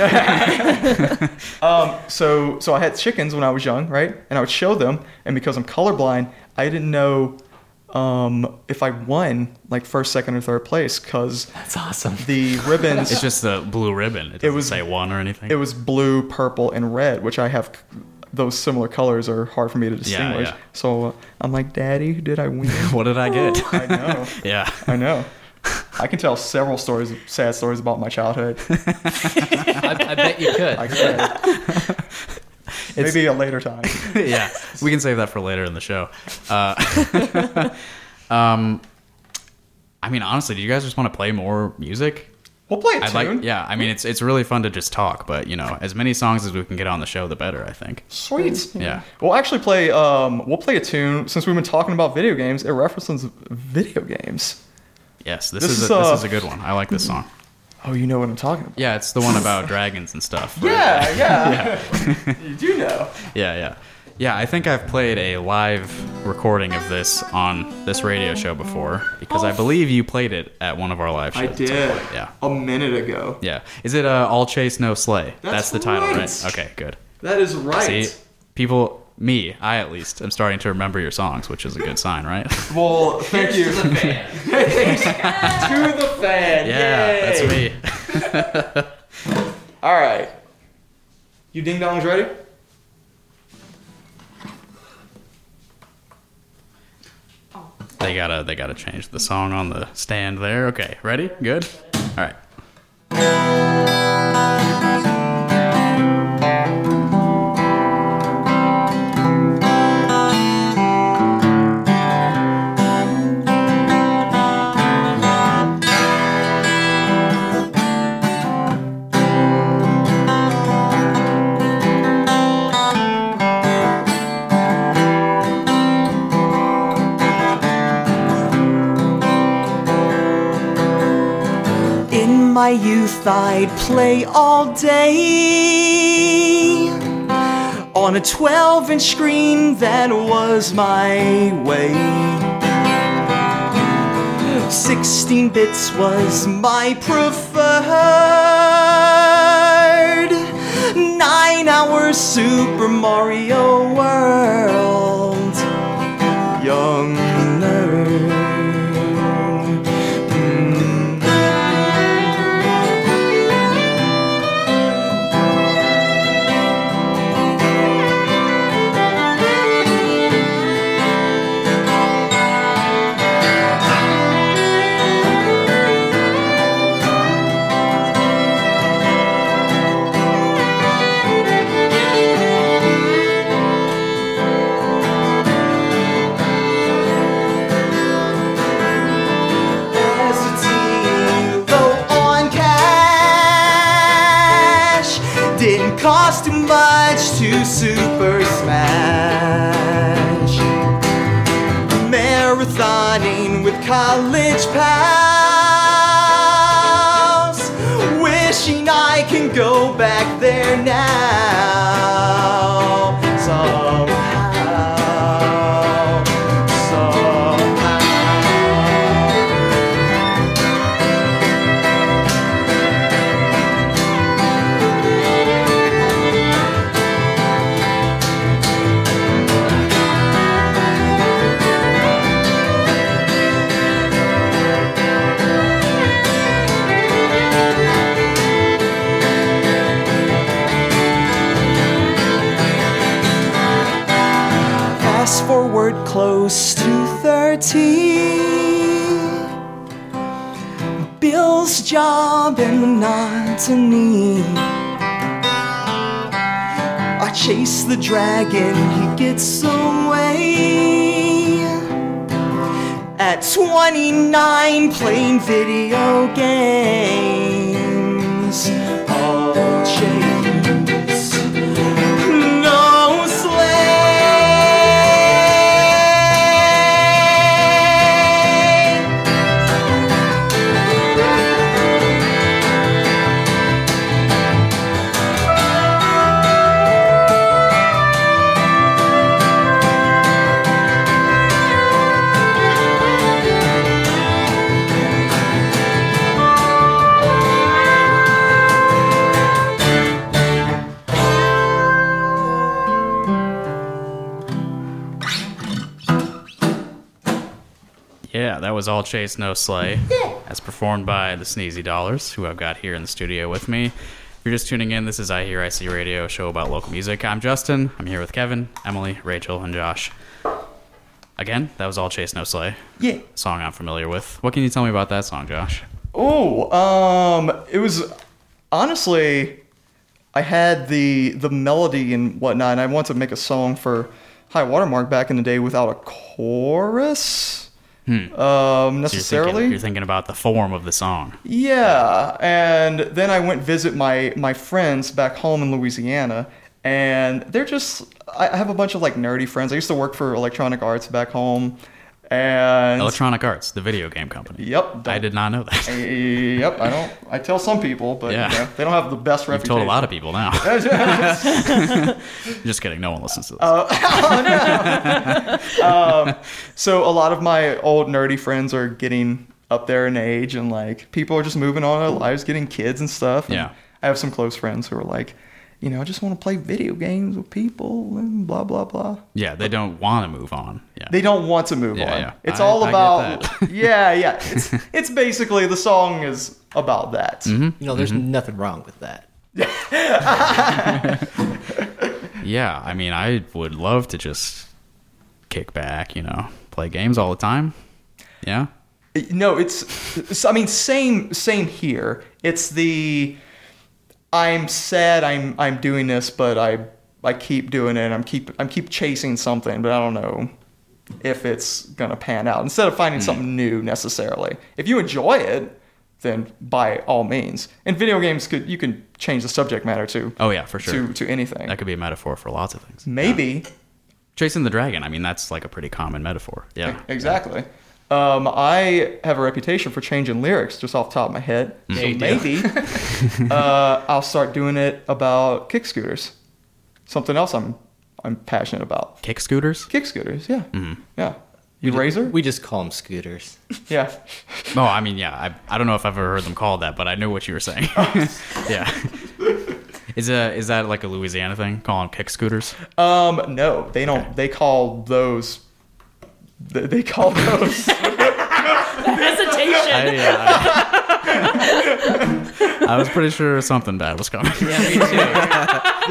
Speaker 9: so so I had chickens when I was young, right? And I would show them, and because I'm colorblind, I didn't know um, if I won like first, second, or third place because
Speaker 6: That's awesome.
Speaker 9: the ribbons
Speaker 5: it's just the blue ribbon. It doesn't
Speaker 9: was-
Speaker 5: say one or anything.
Speaker 9: it was blue, purple, and red, which I have. Those similar colors are hard for me to distinguish.
Speaker 5: yeah.
Speaker 9: So uh, I'm like, Daddy, did I win?
Speaker 5: what did I get?
Speaker 9: I know.
Speaker 5: yeah.
Speaker 9: I know. I can tell several stories, sad stories about my childhood.
Speaker 6: I, I bet you could.
Speaker 9: I could. Maybe a later time.
Speaker 5: yeah, we can save that for later in the show. Uh, um, I mean, honestly, do you guys just want to play more music?
Speaker 9: We'll play a
Speaker 5: I'd
Speaker 9: tune.
Speaker 5: like, yeah. I mean, it's it's really fun to just talk, but you know, as many songs as we can get on the show, the better. I think.
Speaker 9: Sweet.
Speaker 5: Yeah.
Speaker 9: We'll actually play. Um, we'll play a tune since we've been talking about video games. It references video games.
Speaker 5: Yes, this,
Speaker 9: This
Speaker 5: is,
Speaker 9: is,
Speaker 5: a,
Speaker 9: uh,
Speaker 5: this is a good one. I like this song.
Speaker 9: Oh, you know what I'm talking about.
Speaker 5: Yeah, it's the one about dragons and stuff. right?
Speaker 9: Yeah, yeah. you do know.
Speaker 5: Yeah, yeah. Yeah, I think I've played a live recording of this on this radio show before because I believe you played it at one of our live shows. at some point. Yeah.
Speaker 9: A minute ago.
Speaker 5: Yeah. Is it uh, All Chase No Slay?
Speaker 9: That's
Speaker 5: the title, right?
Speaker 9: right.
Speaker 5: Okay, good.
Speaker 9: That is right.
Speaker 5: See, people, me, I at least, am starting to remember your songs, which is a good sign, right?
Speaker 9: Well, thank you. To the fan. to the fan.
Speaker 5: yeah,
Speaker 9: Yay.
Speaker 5: that's me.
Speaker 9: All right. You ding dongs ready?
Speaker 5: They gotta, they gotta change the song on the stand there. Okay, ready? Good. All right.
Speaker 4: In my youth, I'd play all day on a 12 inch screen that was my way. 16 bits was my preferred. Nine hour Super Mario World. Young nerd. Mm. cost too much to super smash. Marathoning with college pals, wishing I can go back there now. Somehow, somehow. Fast forward close to 30. Bill's job and monotony. I chase the dragon, he gets away. At 29, playing video games. All chains, no sleigh.
Speaker 5: Yeah, that was All Chase No Slay, as performed by the Sneezy Dollars, who I've got here in the studio with me. If you're just tuning in, this is I Hear I See Radio, a show about local music. I'm Justin. I'm here with Kevin, Emily, Rachel, and Josh. Again, that was All Chase No Slay.
Speaker 9: Yeah.
Speaker 5: Song I'm familiar with. What can you tell me about that song, Josh?
Speaker 9: Oh, um, it was honestly, I had the the melody and whatnot, and I wanted to make a song for High Watermark back in the day without a chorus, um,
Speaker 5: Hmm. So you're thinking-
Speaker 9: necessarily.
Speaker 5: you're thinking about the form of the song.
Speaker 9: Yeah, and then I went visit my my friends back home in Louisiana, and they're just I I have a bunch of like nerdy friends. I used to work for Electronic Arts back home, and
Speaker 5: Electronic Arts, the video game company.
Speaker 9: Yep,
Speaker 5: I did not know that.
Speaker 9: yep, I don't. I tell some people, but you
Speaker 5: Yeah.
Speaker 9: know, they don't have the best
Speaker 5: You've
Speaker 9: reputation.
Speaker 5: told a lot of people now. Just kidding. No one listens to this.
Speaker 9: Uh, so a lot of my old nerdy friends are getting up there in age, and like people are just moving on in their lives, getting kids and stuff. and
Speaker 5: Yeah.
Speaker 9: I have some close friends who are like, you know, I just want to play video games with people and blah blah blah.
Speaker 5: yeah, they don't want to move on. Yeah.
Speaker 9: They don't want to move
Speaker 5: Yeah,
Speaker 9: on.
Speaker 5: yeah.
Speaker 9: It's
Speaker 5: I-
Speaker 9: all
Speaker 5: I get
Speaker 9: about
Speaker 5: that.
Speaker 9: yeah, yeah. It's it's basically the song is about that.
Speaker 6: You know, there's nothing wrong with that.
Speaker 5: yeah, I mean, I would love to just kick back, you know, play games all the time. Yeah. Mm-hmm.
Speaker 9: No, it's, it's- I mean same same here. It's the I'm sad I'm I'm doing this but I I keep doing it. I'm keep I'm keep chasing something, but I don't know if it's going to pan out. Instead of
Speaker 5: Hmm.
Speaker 9: finding something new necessarily. If you enjoy it, then by all means. And video games could you can change the subject matter to
Speaker 5: Oh, yeah, for sure.
Speaker 9: to to anything.
Speaker 5: That could be a metaphor for lots of things.
Speaker 9: Maybe E-,
Speaker 5: Chasing the dragon, I mean, that's like a pretty common metaphor. Yeah.
Speaker 9: E, Exactly. Um, I have a reputation for changing lyrics just off the top of my head.
Speaker 6: you
Speaker 9: So
Speaker 6: do.
Speaker 9: maybe uh, I'll start doing it about kick scooters. Something else I'm I'm passionate about.
Speaker 5: Kick scooters?
Speaker 9: Kick scooters, yeah. Yeah. You razor?
Speaker 6: We just call them scooters.
Speaker 9: yeah.
Speaker 5: No, I mean, yeah, I, I don't know if I've ever heard them called that, but I knew what you were saying. yeah. Is, a, is that like a Louisiana thing? Call them kick scooters?
Speaker 9: Um, no, they don't. They call those. They they call those.
Speaker 7: Hesitation.
Speaker 5: I, yeah, I, I was pretty sure something bad was coming.
Speaker 6: Yeah, me too.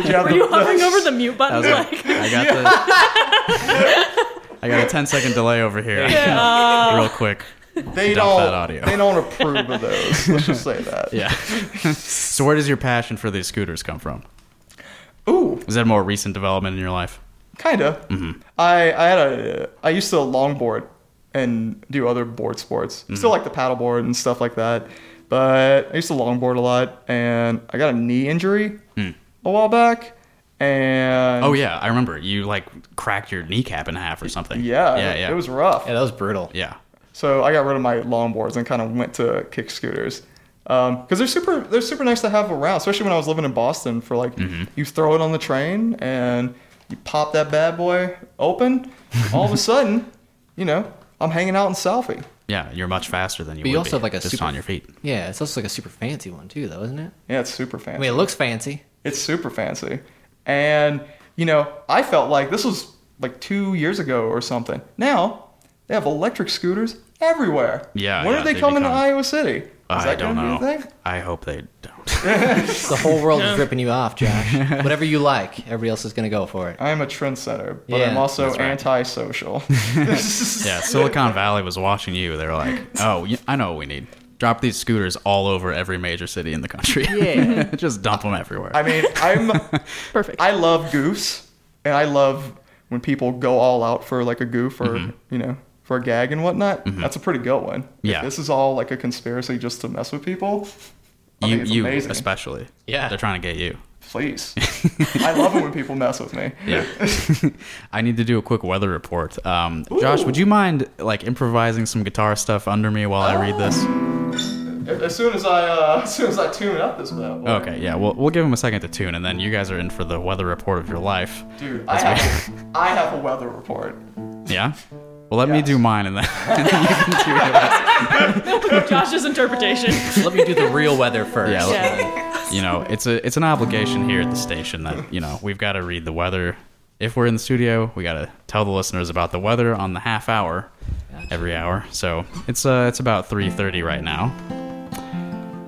Speaker 9: Did you have
Speaker 7: Were you hovering over the mute button?
Speaker 5: was
Speaker 7: Like,
Speaker 5: I got the. I got a 10 second delay over here. Real quick.
Speaker 9: they
Speaker 5: Dump
Speaker 9: don't.
Speaker 5: that audio.
Speaker 9: They don't approve of those. Let's just say that.
Speaker 5: Yeah. so where does your passion for these scooters come from?
Speaker 9: Ooh.
Speaker 5: Is that a more recent development in your life?
Speaker 9: Kind of.
Speaker 5: Mm-hmm.
Speaker 9: I I had a I used to longboard and do other board sports.
Speaker 5: Mm-hmm.
Speaker 9: Still like the paddleboard and stuff like that. But I used to longboard a lot, and I got a knee injury a while back, and
Speaker 5: Hmm. Oh yeah, I remember you like cracked your kneecap in half or something.
Speaker 9: yeah,
Speaker 5: yeah, yeah.
Speaker 9: it was rough.
Speaker 6: Yeah, that was brutal.
Speaker 5: yeah.
Speaker 9: So I got rid of my longboards and kind of went to kick scooters because they're super they're super nice to have around, especially when I was living in Boston. For like,
Speaker 5: Mm-hmm.
Speaker 9: you throw it on the train and you pop that bad boy open. All of a sudden, you know, I'm hanging out in Southie.
Speaker 5: Yeah, you're much faster than you.
Speaker 6: But
Speaker 5: would
Speaker 6: you also
Speaker 5: be,
Speaker 6: have like a
Speaker 5: just
Speaker 6: super,
Speaker 5: on your feet.
Speaker 6: Yeah, it's also like a super fancy one too, though, isn't it?
Speaker 9: Yeah, it's super fancy.
Speaker 6: I mean, it looks fancy.
Speaker 9: It's super fancy. And, you know, I felt like this was like two years ago or something. Now, they have electric scooters everywhere.
Speaker 5: Yeah,
Speaker 9: When
Speaker 5: yeah,
Speaker 9: are they,
Speaker 5: they
Speaker 9: coming
Speaker 5: become-
Speaker 9: to Iowa City? Is
Speaker 5: I
Speaker 9: that
Speaker 5: don't
Speaker 9: gonna
Speaker 5: know.
Speaker 9: Be a thing?
Speaker 5: I hope they don't.
Speaker 6: The whole world is ripping you off, Josh. Whatever you like, everybody else is going to go for it.
Speaker 9: I am a trendsetter, but
Speaker 6: Yeah,
Speaker 9: I'm also
Speaker 5: that's right.
Speaker 9: antisocial.
Speaker 5: yeah, Silicon Valley was watching you. They were like, "Oh, y- I know what we need. Drop these scooters all over every major city in the country. Yeah, just dump them everywhere."
Speaker 9: I mean, I'm
Speaker 7: Perfect.
Speaker 9: I love goofs, and I love when people go all out for like a goof or you know for a gag and whatnot. That's a pretty good one. If
Speaker 5: Mm-hmm. Yeah.
Speaker 9: this is all like a conspiracy just to mess with people. I
Speaker 5: you,
Speaker 9: think it's
Speaker 5: you
Speaker 9: amazing.
Speaker 5: especially.
Speaker 6: Yeah.
Speaker 5: they're trying to get you.
Speaker 9: Please, I love it when people mess with me.
Speaker 5: Yeah. I need to do a quick weather report. Um, Josh, would you mind like improvising some guitar stuff under me while I
Speaker 9: Oh.
Speaker 5: read this?
Speaker 9: As soon as I uh, as soon as I tune up this bad boy,
Speaker 5: Okay, yeah. We'll we'll give him a second to tune, and then you guys are in for the weather report of your life.
Speaker 9: dude, I have, I have a weather report.
Speaker 5: Yeah. Well, let me
Speaker 9: Yes.
Speaker 5: do mine, and then
Speaker 7: Josh's interpretation.
Speaker 6: Let me do the real weather first.
Speaker 5: Yeah, let-
Speaker 7: yeah.
Speaker 5: you know it's a it's an obligation here at the station that you know we've got to read the weather. If we're in the studio, we got to tell the listeners about the weather on the half hour every hour. So it's uh it's about three thirty right now,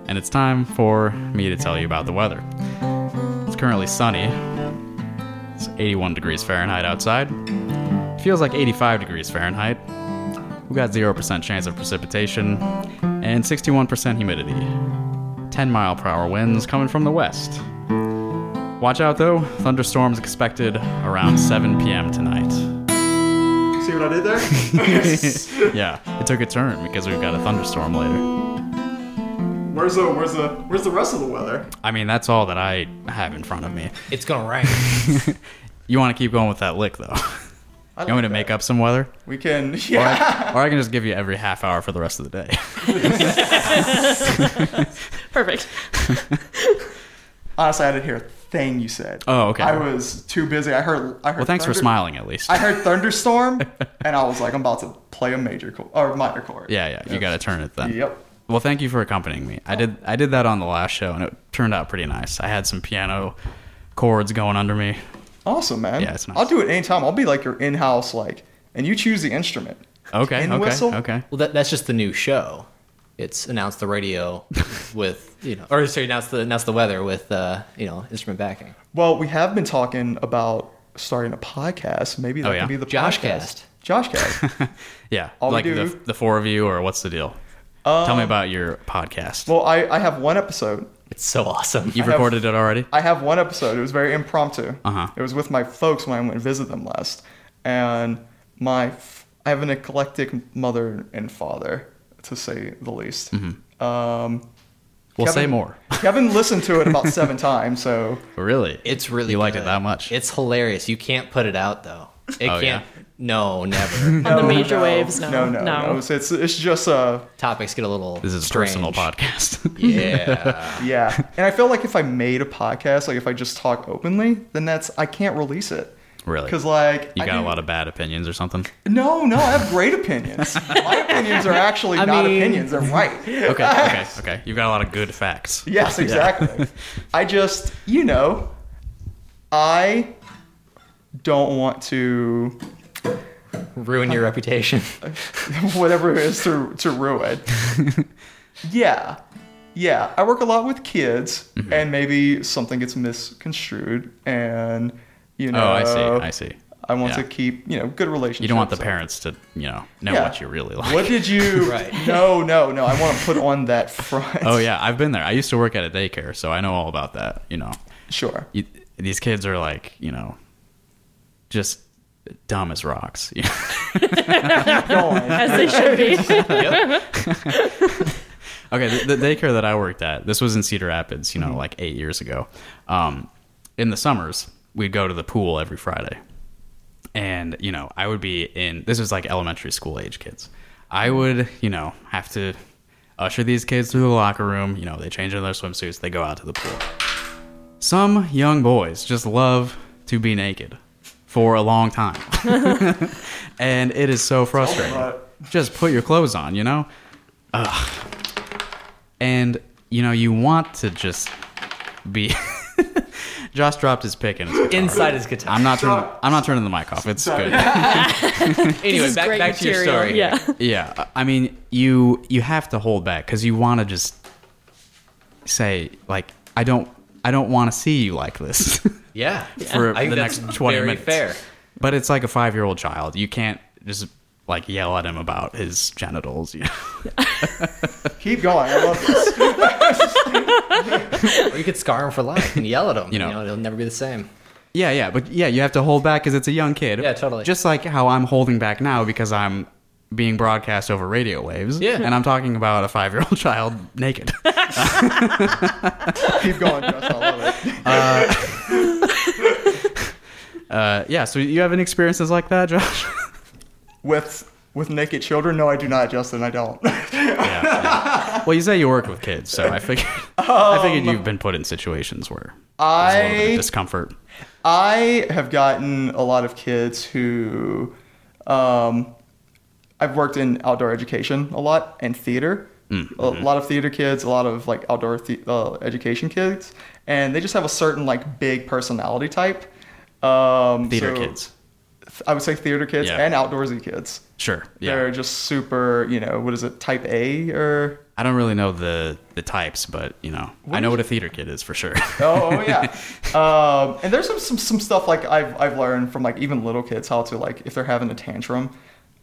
Speaker 5: and it's time for me to tell you about the weather. It's currently sunny. It's 81 degrees Fahrenheit outside. feels like 85 degrees Fahrenheit. We got 0% chance of precipitation and 61% humidity. 10 mile per hour winds coming from the west. Watch out though, thunderstorms expected around 7 p.m. tonight.
Speaker 9: See what I did there?
Speaker 5: Yeah, it took a turn because we've got a thunderstorm later.
Speaker 9: Where's the where's the where's the rest of the weather?
Speaker 5: I mean, that's all that I have in front of me.
Speaker 6: It's going to rain.
Speaker 5: You want to keep going with that lick though.
Speaker 9: I
Speaker 5: You want me to
Speaker 9: like
Speaker 5: make
Speaker 9: that.
Speaker 5: up some weather?
Speaker 9: We can. Yeah.
Speaker 5: Or I can just give you every half hour for the rest of the day.
Speaker 7: Perfect.
Speaker 9: Honestly, I didn't hear a thing you said.
Speaker 5: Oh, okay.
Speaker 9: I was too busy. I heard. I heard
Speaker 5: Well, thanks for
Speaker 9: thunder-
Speaker 5: smiling at least.
Speaker 9: I heard thunderstorm, and I was like, I'm about to play a major chord or minor chord.
Speaker 5: Yeah, yeah, you got to turn it then.
Speaker 9: Yep.
Speaker 5: Well, thank you for accompanying me. I did I did that on the last show and it turned out pretty nice. I had some piano chords going under me.
Speaker 9: Awesome, man.
Speaker 5: Yeah, it's nice.
Speaker 9: I'll do it anytime. I'll be like your in-house, like, and you choose the instrument.
Speaker 5: Okay,
Speaker 9: Tin
Speaker 5: okay,
Speaker 9: whistle?
Speaker 5: okay.
Speaker 6: well, that, that's just the new show. It's announce the radio with, you know, or sorry, announce the, announce the weather with, uh, you know, instrument backing.
Speaker 9: Well, we have been talking about starting a podcast. Maybe that
Speaker 5: Oh, yeah?
Speaker 9: could be the
Speaker 6: Joshcast.
Speaker 9: Podcast. Joshcast.
Speaker 5: Yeah,
Speaker 9: All we
Speaker 5: like the,
Speaker 9: do- Um,
Speaker 5: the four of you, or what's the deal? Tell me about your podcast.
Speaker 9: well, I, I have one episode.
Speaker 6: It's so awesome.
Speaker 5: You've recorded it already.
Speaker 9: I have one episode. It was very impromptu.
Speaker 5: Uh-huh.
Speaker 9: It was with my folks when I went to visit them last, and my f- I have an eclectic mother and father, to say the least.
Speaker 5: Mm-hmm.
Speaker 9: Um,
Speaker 5: We'll
Speaker 9: Kevin-
Speaker 5: say more.
Speaker 9: Kevin listened to it about seven times, so
Speaker 5: really?
Speaker 6: It's really
Speaker 5: you liked it
Speaker 6: good.
Speaker 5: that much.
Speaker 6: It's hilarious. You can't put it out though. It
Speaker 5: Oh,
Speaker 6: can't.
Speaker 5: yeah?
Speaker 6: No, never.
Speaker 7: On the major waves. No.
Speaker 9: no, no, no. It's, it's it's just uh
Speaker 6: Topics get a little.
Speaker 5: this is a
Speaker 6: strange.
Speaker 5: personal podcast.
Speaker 6: Yeah.
Speaker 9: yeah. and I feel like if I made a podcast, like if I just talk openly, then that's I can't release it.
Speaker 5: Really?
Speaker 9: Because like
Speaker 5: you
Speaker 9: I
Speaker 5: got a
Speaker 9: do-
Speaker 5: lot of bad opinions or something.
Speaker 9: no, no. I have great opinions. my opinions are actually not
Speaker 6: mean-
Speaker 9: opinions. They're right.
Speaker 5: Okay, okay, okay. You've got a lot of good facts.
Speaker 9: Yes, exactly. I just, you know, I don't want to
Speaker 6: Ruin your reputation.
Speaker 5: Oh.
Speaker 9: whatever it is to to ruin. yeah. Yeah, I work a lot with kids
Speaker 5: Mm-hmm.
Speaker 9: and maybe something gets misconstrued and you know
Speaker 5: Oh, I see. I see.
Speaker 9: I want
Speaker 5: Yeah.
Speaker 9: to keep, you know, good relationships.
Speaker 5: You don't want the parents to, you know, know
Speaker 9: Yeah.
Speaker 5: what you really like.
Speaker 9: What did you
Speaker 6: Right.
Speaker 9: No, no, no. I want to put on that front.
Speaker 5: Oh yeah, I've been there. I used to work at a daycare, so I know all about that. You know,
Speaker 9: Sure.
Speaker 5: you, these kids are like, you know, just dumb as rocks. You know?
Speaker 9: Go on.
Speaker 7: As they should be.
Speaker 5: Okay, the, the daycare that I worked at, this was in Cedar Rapids, you know, like eight years ago. Um, in the summers, we'd go to the pool every Friday. And, you know, I would be in, this was like elementary school age kids. I would, you know, have to usher these kids through the locker room. You know, they change into their swimsuits, they go out to the pool. Some young boys just love to be naked for a long time. and it is so frustrating. Just put your clothes on, you know? Ugh. And, you know, you want to just be. Josh dropped his pick and his guitar.
Speaker 6: Inside his guitar.
Speaker 5: I'm not turning. I'm not turning the mic off. It's
Speaker 6: Sorry.
Speaker 5: good.
Speaker 6: anyway, back, back to your story. here.
Speaker 5: yeah. I mean, you you have to hold back because you want to just say like, I don't, I don't want to see you like this.
Speaker 6: Yeah.
Speaker 5: for
Speaker 6: I think
Speaker 5: the
Speaker 6: that's
Speaker 5: next 20
Speaker 6: very
Speaker 5: minutes.
Speaker 6: fair.
Speaker 5: But it's like a five year old child. You can't just like yell at him about his genitals. You know?
Speaker 9: Keep going. I love this.
Speaker 6: Or you could scar him for life and yell at him.
Speaker 5: You
Speaker 6: you,
Speaker 5: know.
Speaker 6: know. it'll never be the same.
Speaker 5: yeah, yeah. But yeah, you have to hold back because it's a young kid.
Speaker 6: Yeah, totally.
Speaker 5: Just like how I'm holding back now because I'm being broadcast over radio waves.
Speaker 6: Yeah.
Speaker 5: And I'm talking about a five year old child naked.
Speaker 9: Keep going, Josh. I love it.
Speaker 5: Uh, yeah, so you have any experiences like that, Josh?
Speaker 9: With with naked children? No, I do not, Justin. I don't.
Speaker 5: well, you say you work with kids, so I figured I figured you've been put in situations where there's a little bit
Speaker 9: I-
Speaker 5: of discomfort.
Speaker 9: I have gotten a lot of kids who, um, I've worked in outdoor education a lot and theater. A
Speaker 5: Mm-hmm.
Speaker 9: lot of theater kids, a lot of like outdoor the- uh, education kids, and they just have a certain like big personality type. Um,
Speaker 5: Theater
Speaker 9: so-
Speaker 5: kids,
Speaker 9: th- I would say theater kids
Speaker 5: Yeah.
Speaker 9: and outdoorsy kids.
Speaker 5: sure.
Speaker 9: They're
Speaker 5: Yeah,
Speaker 9: just super, you know, what is it, type A or?
Speaker 5: I don't really know the the types, but you know, I know what a theater kid is for sure.
Speaker 9: Oh, oh, yeah. um, and there's some, some some stuff like I've I've learned from like even little kids how to like if they're having a tantrum.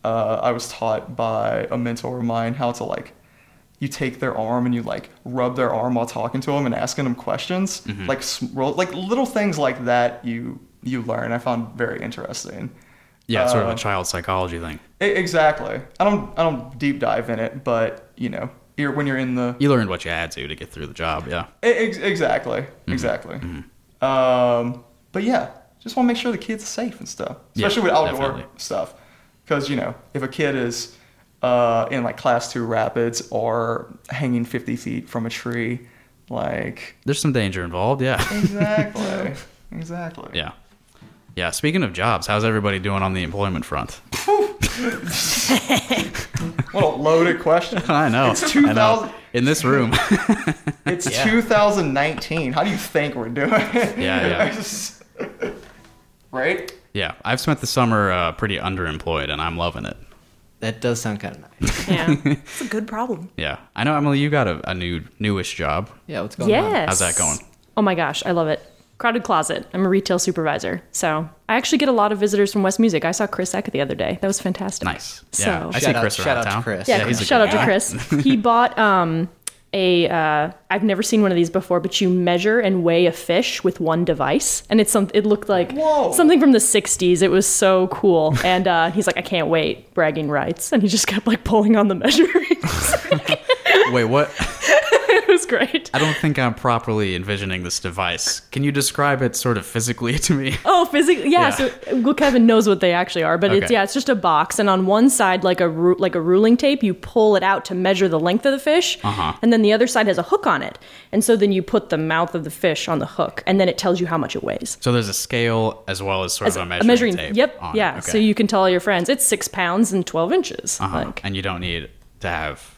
Speaker 9: Uh, I was taught by a mentor of mine how to like you take their arm and you like rub their arm while talking to them and asking them questions like swirl, like little things like that you you learn i found very interesting
Speaker 5: yeah, it's sort of
Speaker 9: Uh,
Speaker 5: a child psychology thing.
Speaker 9: E- exactly i don't i don't deep dive in it but you know you're when you're in the
Speaker 5: You learned what you had to to get through the job. Yeah,
Speaker 9: E- Ex- exactly.
Speaker 5: Mm-hmm.
Speaker 9: Exactly. Um, but yeah, just want to make sure the kids are safe and stuff,
Speaker 5: Yeah,
Speaker 9: especially with outdoor
Speaker 5: definitely.
Speaker 9: stuff. Because you know, if a kid is uh, in like class two rapids or hanging fifty feet from a tree, like
Speaker 5: there's some danger involved. Yeah,
Speaker 9: exactly, exactly.
Speaker 5: yeah, yeah. Speaking of jobs, how's everybody doing on the employment front?
Speaker 9: What a loaded question.
Speaker 5: I know.
Speaker 9: It's
Speaker 5: I know.
Speaker 9: 2000
Speaker 5: in this room.
Speaker 9: It's 2019. How do you think we're doing? Yeah,
Speaker 5: yeah.
Speaker 9: right.
Speaker 5: yeah, I've spent the summer uh, pretty underemployed, and I'm loving it.
Speaker 6: That does sound kind of nice.
Speaker 7: Yeah.
Speaker 8: It's a good problem.
Speaker 5: Yeah, I know, Emily. You got a, a new, newish job.
Speaker 6: Yeah, what's going on?
Speaker 7: yes.
Speaker 5: How's that going?
Speaker 7: Oh my gosh, I love it. Crowded Closet. I'm a retail supervisor. So I actually get a lot of visitors from West Music. I saw Chris Eck the other day. That was fantastic.
Speaker 5: Nice.
Speaker 7: So
Speaker 5: Yeah, I see
Speaker 6: Shout out-
Speaker 5: Chris
Speaker 6: shout
Speaker 5: around
Speaker 6: out to
Speaker 5: town.
Speaker 6: Chris.
Speaker 7: Yeah,
Speaker 6: Yeah,
Speaker 5: he's a
Speaker 7: shout
Speaker 5: good guy.
Speaker 7: out to Chris. he bought um, a. Uh, I've never seen one of these before, but you measure and weigh a fish with one device, and it's some. It looked like
Speaker 9: Whoa.
Speaker 7: something from the '60s. It was so cool, and uh, he's like, "I can't wait." Bragging rights, and he just kept like pulling on the measure.
Speaker 5: Wait, what?
Speaker 7: it was great.
Speaker 5: I don't think I'm properly envisioning this device. Can you describe it sort of physically to me?
Speaker 7: Oh, physically, yeah.
Speaker 5: Yeah.
Speaker 7: So well, Kevin knows what they actually are, but it's
Speaker 5: Okay.
Speaker 7: yeah, it's just a box, and on one side, like a ru- like a ruling tape, you pull it out to measure the length of the fish,
Speaker 5: Uh-huh.
Speaker 7: and then the other side has a hook on it, and so then you put the mouth of the fish on the hook, and then it tells you how much it weighs.
Speaker 5: So there's a scale as well as sort
Speaker 7: As
Speaker 5: of a
Speaker 7: a
Speaker 5: measuring, tape.
Speaker 7: yep,
Speaker 5: on it.
Speaker 7: yeah.
Speaker 5: Okay.
Speaker 7: So you can tell all your friends it's six pounds and twelve inches,
Speaker 5: Uh-huh.
Speaker 7: like
Speaker 5: and you don't need to have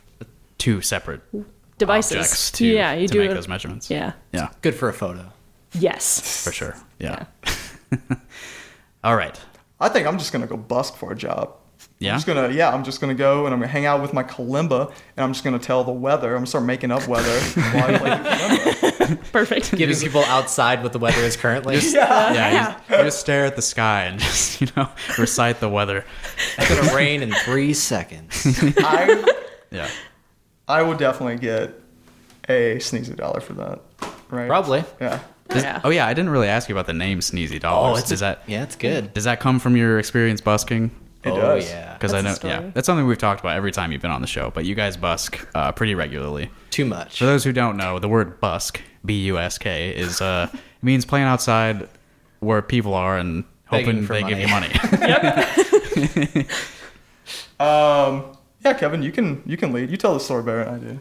Speaker 5: two separate
Speaker 7: devices.
Speaker 5: objects to
Speaker 7: yeah, you
Speaker 5: to
Speaker 7: do
Speaker 5: make
Speaker 7: it.
Speaker 5: those measurements.
Speaker 7: Yeah.
Speaker 5: yeah,
Speaker 6: Good for a photo.
Speaker 7: Yes.
Speaker 5: for sure. Yeah. All right.
Speaker 9: I think I'm just gonna go busk for a job.
Speaker 5: Yeah.
Speaker 9: I'm just gonna yeah, I'm just gonna go and I'm gonna hang out with my kalimba and I'm just gonna tell the weather. I'm gonna start making up weather while I play the kalimba.
Speaker 7: Perfect.
Speaker 6: Giving people outside what the weather is currently.
Speaker 9: Yeah.
Speaker 5: yeah, you just- you just stare at the sky and just you know recite the weather.
Speaker 6: It's going to rain in three seconds.
Speaker 9: I
Speaker 5: Yeah.
Speaker 9: I would definitely get a sneezy dollar for that. Right?
Speaker 6: Probably.
Speaker 9: Yeah.
Speaker 5: Does-
Speaker 7: Yeah.
Speaker 5: Oh yeah, I didn't really ask you about the name Sneezy Dollars.
Speaker 6: Oh, it's
Speaker 5: does
Speaker 6: a-
Speaker 5: that
Speaker 6: Yeah, it's good.
Speaker 5: does that come from your experience busking?
Speaker 9: It
Speaker 6: oh,
Speaker 9: does.
Speaker 6: yeah.
Speaker 5: Because I know,
Speaker 7: That's the
Speaker 5: yeah,
Speaker 7: story.
Speaker 5: that's something we've talked about every time you've been on the show. But you guys busk uh, pretty regularly.
Speaker 6: Too much.
Speaker 5: For those who don't know, the word busk, B U S K, is uh, It means playing outside where people are and
Speaker 6: Begging
Speaker 5: hoping
Speaker 6: for
Speaker 5: they give you money.
Speaker 6: money.
Speaker 9: Um, yeah, Kevin, you can you can lead. You tell the story better than I do.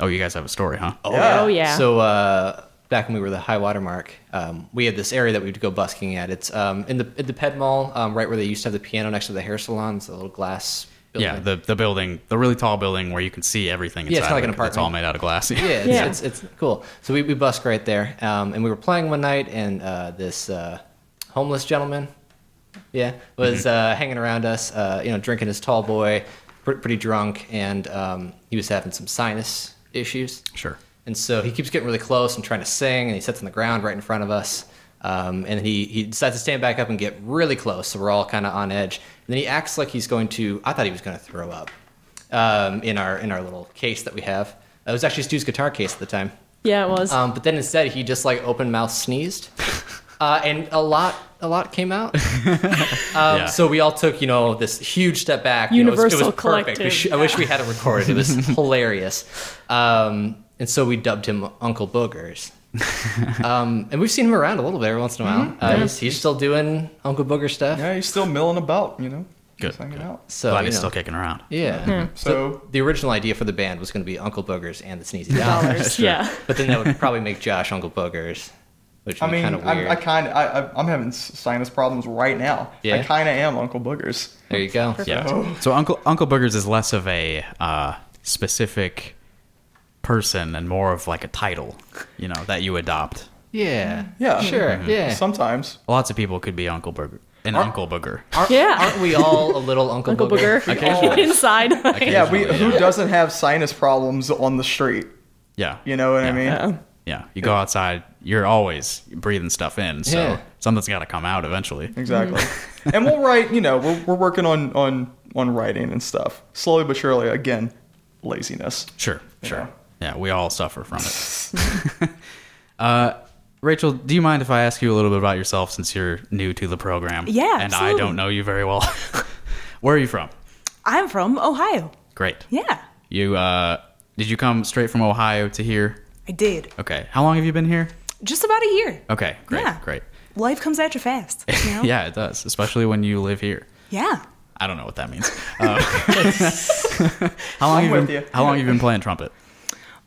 Speaker 5: oh, you guys have a story, huh?
Speaker 6: Oh
Speaker 9: Yeah.
Speaker 7: Oh, yeah.
Speaker 6: So uh, back when we were the high water mark, um, we had this area that we'd go busking at. It's um, in the in the pet mall, um, right where they used to have the piano next to the hair salon. It's a little glass. Building.
Speaker 5: Yeah, the, the building, the really tall building where you can see everything.
Speaker 6: Yeah, it's
Speaker 5: inside
Speaker 6: kinda like
Speaker 5: of
Speaker 6: an
Speaker 5: it. It's all made out of glass.
Speaker 6: Yeah, it's,
Speaker 7: Yeah.
Speaker 6: It's, it's cool. So we, we busk right there, um, and we were playing one night, and uh, this uh, homeless gentleman, yeah, was uh, hanging around us, uh, you know, drinking his tall boy, pr- pretty drunk, and um, he was having some sinus issues.
Speaker 5: Sure.
Speaker 6: And so he keeps getting really close and trying to sing, and he sits on the ground right in front of us. Um, and he, he decides to stand back up and get really close, so we're all kind of on edge. And then he acts like he's going to. I thought he was going to throw up um, in our in our little case that we have. It was actually Stu's guitar case at the time.
Speaker 7: yeah, it was.
Speaker 6: Um, but then instead, he just like open mouth sneezed, uh, and a lot a lot came out. Um,
Speaker 5: Yeah.
Speaker 6: So we all took you know this huge step back. You know, it was-
Speaker 7: Universal
Speaker 6: it was, perfect. We
Speaker 7: collective.
Speaker 6: sh- I wish we had it recorded. It was hilarious. Um, and so we dubbed him Uncle Boogers. um, and we've seen him around a little bit every once in a while. Uh, he's, he's still doing Uncle Booger stuff.
Speaker 9: Yeah, he's still milling about, you know, just
Speaker 5: Good,
Speaker 9: hanging
Speaker 5: good.
Speaker 9: out.
Speaker 6: So
Speaker 5: Glad
Speaker 6: you
Speaker 5: he's
Speaker 6: know,
Speaker 5: still kicking around.
Speaker 6: yeah.
Speaker 9: So
Speaker 6: The original idea for the band was going to be Uncle Boogers and the Sneezy Dollars.
Speaker 7: Dollars, yeah.
Speaker 6: But then that would probably make Josh Uncle Boogers, which would
Speaker 9: I
Speaker 6: be
Speaker 9: mean,
Speaker 6: kind of
Speaker 9: I,
Speaker 6: weird.
Speaker 9: I kind of I, I- I'm having s- sinus problems right now. I
Speaker 6: Yeah?
Speaker 9: kind of am Uncle Boogers.
Speaker 6: there you go.
Speaker 5: Yeah.
Speaker 9: So-
Speaker 5: So Uncle Uncle Boogers is less of a uh, specific person and more of like a title, you know, that you adopt.
Speaker 6: Yeah.
Speaker 9: Yeah.
Speaker 6: Sure.
Speaker 5: Mm-hmm.
Speaker 6: Yeah.
Speaker 9: Sometimes.
Speaker 5: Lots of people could be Uncle Booger. An Uncle Booger.
Speaker 6: Aren't-
Speaker 7: Yeah.
Speaker 6: Aren't we all a little Uncle,
Speaker 7: Uncle Booger.
Speaker 5: Occasionally.
Speaker 7: Inside.
Speaker 9: Yeah, we,
Speaker 5: Occasionally,
Speaker 9: who
Speaker 5: yeah.
Speaker 9: doesn't have sinus problems on the street?
Speaker 5: Yeah.
Speaker 9: You know what I
Speaker 5: Yeah.
Speaker 9: mean?
Speaker 5: Yeah. You go outside, you're always breathing stuff in, so
Speaker 6: Yeah.
Speaker 5: something's got to come out eventually.
Speaker 9: Exactly.
Speaker 5: Mm-hmm.
Speaker 9: and we'll write, you know, we're, we're working on, on, on writing and stuff. Slowly but surely, again, laziness.
Speaker 5: Sure. Sure.
Speaker 9: Yeah.
Speaker 5: Yeah, we all suffer from it. uh, Rachel, do you mind if I ask you a little bit about yourself since you're new to the program?
Speaker 8: Yeah,
Speaker 5: And
Speaker 8: absolutely.
Speaker 5: I don't know you very well. Where are you from?
Speaker 8: I'm from Ohio.
Speaker 5: Great.
Speaker 8: Yeah,
Speaker 5: You uh did you come straight from Ohio to here?
Speaker 8: I did.
Speaker 5: Okay. How long have you been here?
Speaker 8: Just about a year.
Speaker 5: Okay, great,
Speaker 8: Yeah.
Speaker 5: great.
Speaker 8: Life comes at you fast. You know?
Speaker 5: Oh. Yeah, it does, especially when you live here.
Speaker 8: Yeah.
Speaker 5: I don't know what that means. Uh, how long have
Speaker 9: I'm
Speaker 5: you
Speaker 9: with
Speaker 5: been,
Speaker 9: you.
Speaker 5: How long have you been playing trumpet?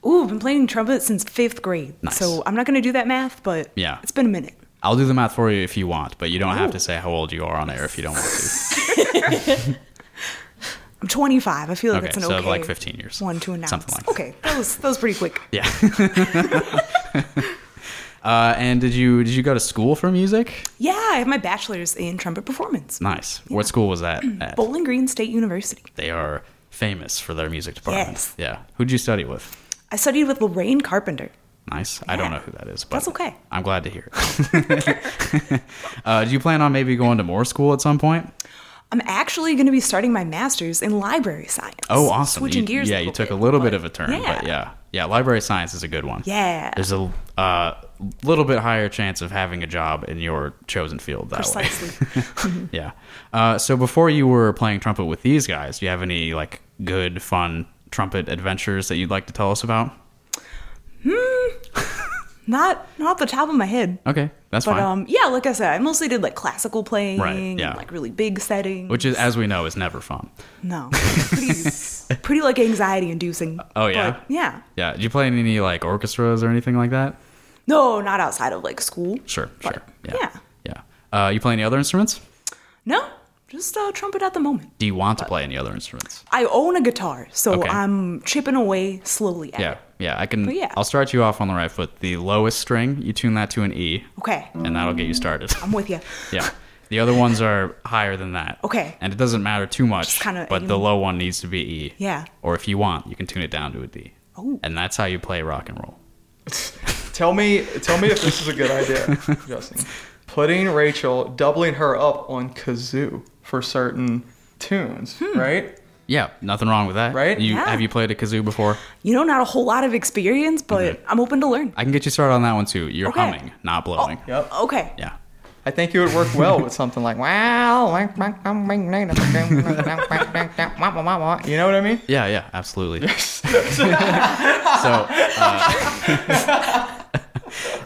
Speaker 8: Ooh, I've been playing trumpet since fifth grade.
Speaker 5: Nice.
Speaker 8: So I'm not going to do that math, but
Speaker 5: Yeah.
Speaker 8: it's been a minute.
Speaker 5: I'll do the math for you if you want, but you don't have to say how old you are on air if you don't want to.
Speaker 8: I'm 25. I feel like
Speaker 5: Okay,
Speaker 8: it's an
Speaker 5: so
Speaker 8: okay
Speaker 5: like 15 years.
Speaker 8: one to announce.
Speaker 5: Something like that.
Speaker 8: okay, that was that was pretty quick.
Speaker 5: Uh, and did you did you go to school for music?
Speaker 8: Yeah, I have my bachelor's in trumpet performance,
Speaker 5: Nice. What school was that? At?
Speaker 8: Bowling Green State University.
Speaker 5: They are famous for their music department.
Speaker 8: Yes.
Speaker 5: Yeah. Who'd you study with?
Speaker 8: I studied with Lorraine Carpenter.
Speaker 5: Nice. I don't
Speaker 8: Yeah.
Speaker 5: know who that is, but
Speaker 8: That's okay.
Speaker 5: I'm glad to hear it. uh, do you plan on maybe going to more school at some point?
Speaker 8: I'm actually going to be starting my master's in library science.
Speaker 5: Oh, awesome.
Speaker 8: Switching
Speaker 5: You-
Speaker 8: gears.
Speaker 5: Yeah,
Speaker 8: a
Speaker 5: you
Speaker 8: little
Speaker 5: took
Speaker 8: bit,
Speaker 5: a little bit
Speaker 8: but
Speaker 5: of a turn,
Speaker 8: yeah.
Speaker 5: but yeah. Yeah, library science is a good one.
Speaker 8: Yeah.
Speaker 5: There's a uh, little bit higher chance of having a job in your chosen field that
Speaker 8: Precisely.
Speaker 5: way. yeah. Uh, so before you were playing trumpet with these guys, do you have any like good fun trumpet adventures that you'd like to tell us about?
Speaker 8: not not off the top of my head.
Speaker 5: Okay, that's
Speaker 8: But
Speaker 5: fine.
Speaker 8: um, yeah, like I said, I mostly did like classical playing,
Speaker 5: yeah.
Speaker 8: like really big settings.
Speaker 5: Which is, as we know, is never fun.
Speaker 8: no, pretty, pretty like anxiety inducing.
Speaker 5: Oh, yeah?
Speaker 8: But, yeah.
Speaker 5: Yeah. Did you play in any like orchestras or anything like that?
Speaker 8: No, not outside of like school.
Speaker 5: Sure,
Speaker 8: But,
Speaker 5: sure.
Speaker 8: Yeah.
Speaker 5: Yeah. Yeah. Uh, you play any other instruments?
Speaker 8: No, just uh, trumpet at the moment.
Speaker 5: Do you want to
Speaker 8: Uh,
Speaker 5: play any other instruments?
Speaker 8: I own a guitar, so
Speaker 5: Okay.
Speaker 8: I'm chipping away slowly at
Speaker 5: Yeah.
Speaker 8: it.
Speaker 5: Yeah. I can.
Speaker 8: But yeah.
Speaker 5: I'll start you off on the right foot. The lowest string, you tune that to an E,
Speaker 8: Okay,
Speaker 5: and that'll get you started.
Speaker 8: I'm with you.
Speaker 5: yeah. The other ones are higher than that.
Speaker 8: Okay.
Speaker 5: And it doesn't matter too much,
Speaker 8: Just kinda
Speaker 5: but
Speaker 8: aim-
Speaker 5: the low one needs to be E.
Speaker 8: Yeah.
Speaker 5: Or if you want, you can tune it down to a D.
Speaker 8: Oh.
Speaker 5: And that's how you play rock and roll.
Speaker 9: Tell me, tell me if this is a good idea, Justin. Putting Rachel, doubling her up on kazoo for certain tunes,
Speaker 5: Hmm.
Speaker 9: right?
Speaker 5: Yeah, nothing wrong with that.
Speaker 9: Right?
Speaker 5: You,
Speaker 8: Yeah.
Speaker 5: Have you played a kazoo before?
Speaker 8: You know, not a whole lot of experience, but I'm open to learn.
Speaker 5: I can get you started on that one too. You're
Speaker 8: Okay.
Speaker 5: humming, not blowing.
Speaker 9: Oh. Yep.
Speaker 8: Okay.
Speaker 5: Yeah.
Speaker 9: I think it would work well with something like wow, you know what I mean?
Speaker 5: Yeah, yeah, absolutely. so, uh,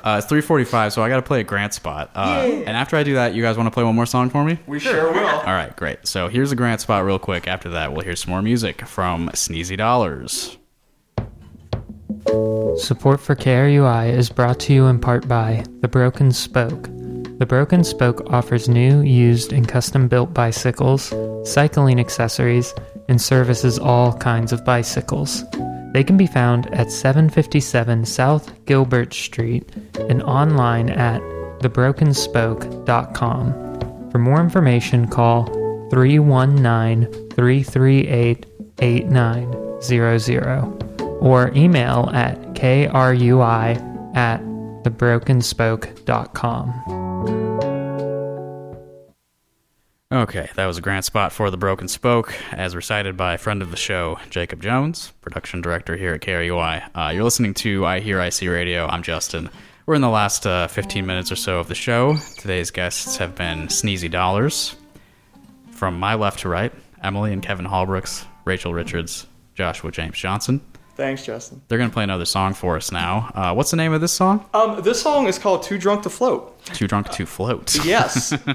Speaker 5: Uh, it's 3:45, so I got to play a grant spot. Uh, And after I do that, you guys want to play one more song for me?
Speaker 8: We sure will.
Speaker 5: All right, great. So here's a grant spot, real quick. After that, we'll hear some more music from Sneezy Dollars.
Speaker 9: Support for KRUI is brought to you in part by The Broken Spoke. The Broken Spoke offers new, used, and custom built bicycles, cycling accessories, and services all kinds of bicycles. They can be found at 757 South Gilbert Street and online at thebrokenSpoke.com. For more information, call 319 338 8900 or email at krui at thebrokenSpoke.com.
Speaker 5: Okay, that was a grant spot for The Broken Spoke, as recited by friend of the show, Jacob Jones, production director here at KRUI. Uh, you're listening to I Hear I See Radio. I'm Justin. We're in the last uh, 15 minutes or so of the show. Today's guests have been Sneezy Dollars, from my left to right, Emily and Kevin Hallbrooks, Rachel Richards, Joshua James Johnson.
Speaker 8: Thanks, Justin.
Speaker 5: They're going to play another song for us now. Uh, what's the name of this song?
Speaker 8: Um, this song is called "Too Drunk to Float."
Speaker 5: Too Drunk to Float.
Speaker 8: Yes. um,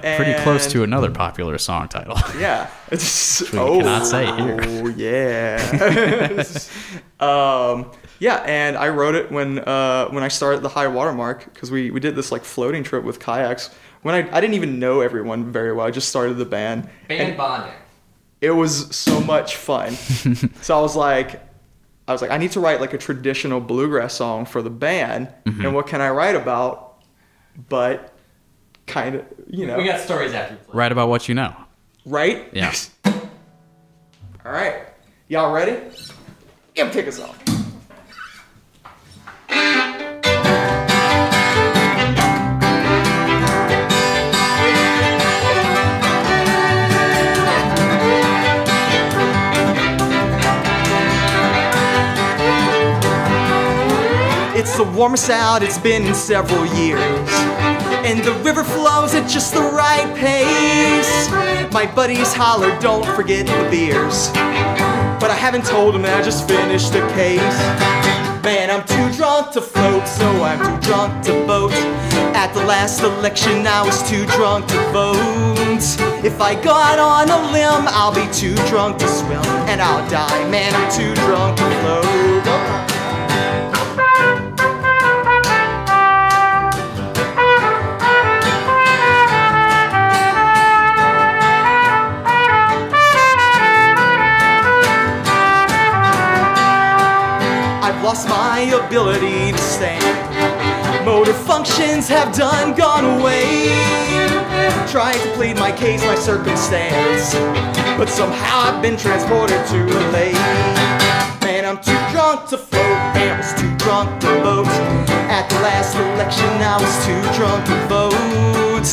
Speaker 5: Pretty close
Speaker 8: and-
Speaker 5: to another popular song title.
Speaker 8: Yeah. It's
Speaker 5: we cannot say here.
Speaker 8: Oh yeah. um, yeah, and I wrote it when uh, when I started the high water mark because we, we did this like floating trip with kayaks. When I, I didn't even know everyone very well. I just started the band.
Speaker 6: Band
Speaker 8: and
Speaker 6: bonding.
Speaker 8: it was so much fun. so I was like, I was like, I need to write like a traditional bluegrass song for the band. And what can I write about? But kind of, you know,
Speaker 6: We got stories after we play.
Speaker 5: Right about what you know.
Speaker 8: right?
Speaker 5: Yeah.
Speaker 8: All right, y'all ready? Yeah, kick us off. It's the warmest out it's been in several years. And the river flows at just the right pace. My buddies holler, don't forget the beers. But I haven't told them that I just finished the case. Man, I'm too drunk to float, so I'm too drunk to vote. At the last election, I was too drunk to vote. If I go out on a limb, I'll be too drunk to swim, and I'll die. Man, I'm too drunk to float. I've lost my ability to stand. Motor functions have done gone away. Trying to plead my case, my circumstance. But somehow I've been transported to a lake. Man, I'm too drunk to float. Man, I was too drunk to vote. At the last election, I was too drunk to vote.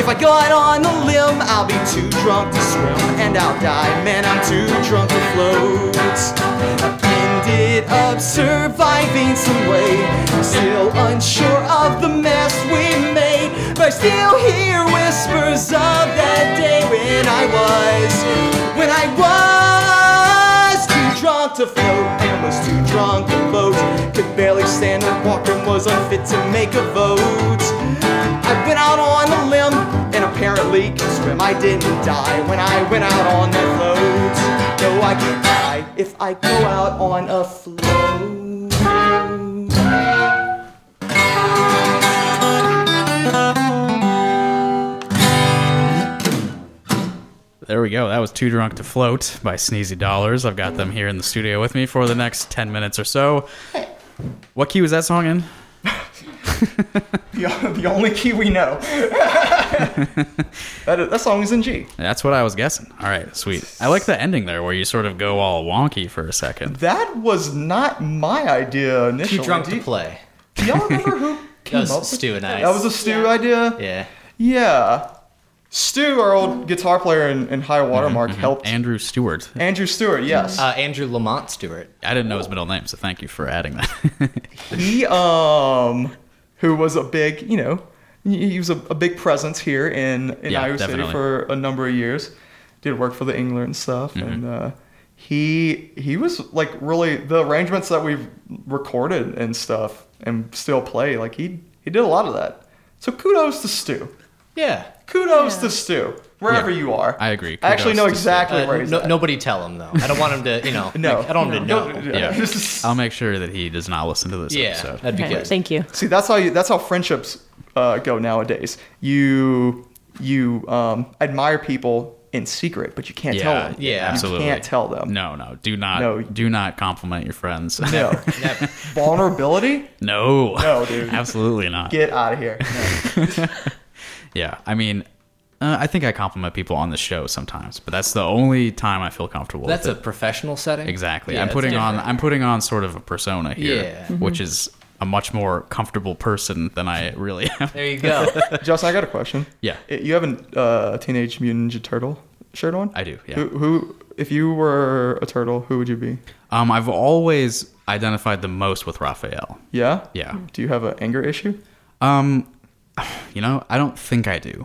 Speaker 8: If I go out on a limb, I'll be too drunk to swim and I'll die. Man, I'm too drunk to float. I've ended up surviving some way. Still unsure of the mess we made, but I still hear whispers of that day when I was, when I was too drunk to float and was too drunk to vote. Could barely stand or walk and was unfit to make a vote. I went out on a limb and apparently can swim. I didn't die when I went out on that float. No, I can't die if I go out on a float.
Speaker 5: There we go. That was Too Drunk to Float by Sneezy Dollars. I've got them here in the studio with me for the next 10 minutes or so. What key was that song in?
Speaker 8: The, the only key we know. that, that song is in G.
Speaker 5: That's what I was guessing. All right, sweet. I like the ending there where you sort of go all wonky for a second.
Speaker 8: That was not my idea initially.
Speaker 6: Too drunk
Speaker 8: Do
Speaker 6: to
Speaker 8: you-
Speaker 6: play.
Speaker 8: Do y'all remember who came
Speaker 6: was
Speaker 8: up with
Speaker 6: Stu and I.
Speaker 8: That was a Stu idea?
Speaker 6: Yeah.
Speaker 8: Yeah. Stu, our old guitar player in, in High Watermark, helped.
Speaker 5: Andrew Stewart.
Speaker 8: Andrew Stewart, yes.
Speaker 6: Uh, Andrew Lamont Stewart.
Speaker 5: I didn't know his middle name, so thank you for adding that.
Speaker 8: he, um, who was a big, you know, he he was a, a big presence here in, in
Speaker 5: Yeah,
Speaker 8: Iowa
Speaker 5: definitely.
Speaker 8: City for a number of years. Did work for the Engler and stuff, and uh, he he was like really the arrangements that we've recorded and stuff
Speaker 9: and still play. Like he he did a lot of that. So kudos to Stu.
Speaker 6: Yeah.
Speaker 9: Kudos to Stu. Wherever
Speaker 6: Yeah.
Speaker 9: you are.
Speaker 5: I agree.
Speaker 9: I actually
Speaker 6: Kudos
Speaker 9: know
Speaker 6: to Stu.
Speaker 9: exactly
Speaker 6: Uh,
Speaker 9: where he's
Speaker 6: no-
Speaker 9: at.
Speaker 6: Nobody tell him though. I don't want him to, you know.
Speaker 9: No.
Speaker 6: like, I don't want him to
Speaker 9: No.
Speaker 6: know. Um,
Speaker 5: Yeah. I'll make sure that he does not listen to this
Speaker 6: Yeah,
Speaker 5: episode.
Speaker 6: that'd be Okay, good.
Speaker 7: Thank you.
Speaker 9: See, that's how you, that's how friendships uh, go nowadays. You you um, admire people in secret, but you can't tell them.
Speaker 5: absolutely.
Speaker 9: You can't tell them.
Speaker 5: No, no, do not. do not compliment your friends.
Speaker 9: No. Vulnerability?
Speaker 5: no,
Speaker 9: No, dude.
Speaker 5: absolutely not.
Speaker 9: Get out of here.
Speaker 5: Yeah, I mean, uh, I think I compliment people on the show sometimes, but that's the only time I feel comfortable.
Speaker 6: That's a
Speaker 5: with it.
Speaker 6: professional setting.
Speaker 5: exactly.
Speaker 6: Yeah,
Speaker 5: I'm
Speaker 6: that's
Speaker 5: putting on.
Speaker 6: different.
Speaker 5: I'm putting on sort of a persona here,
Speaker 6: Yeah.
Speaker 9: Mm-hmm.
Speaker 6: Mhm.
Speaker 5: which is a much more comfortable person than I really am.
Speaker 6: There you go.
Speaker 9: Justin, I got a question.
Speaker 5: Yeah.
Speaker 9: I- You have a uh, Teenage Mutant Ninja Turtle shirt on?
Speaker 5: I do, yeah.
Speaker 9: Who, who, if you were a turtle, who would you be?
Speaker 5: Um, I've always identified the most with Raphael.
Speaker 9: Yeah?
Speaker 5: Yeah.
Speaker 9: Do you have an anger issue?
Speaker 5: Um, you know, I don't think I do,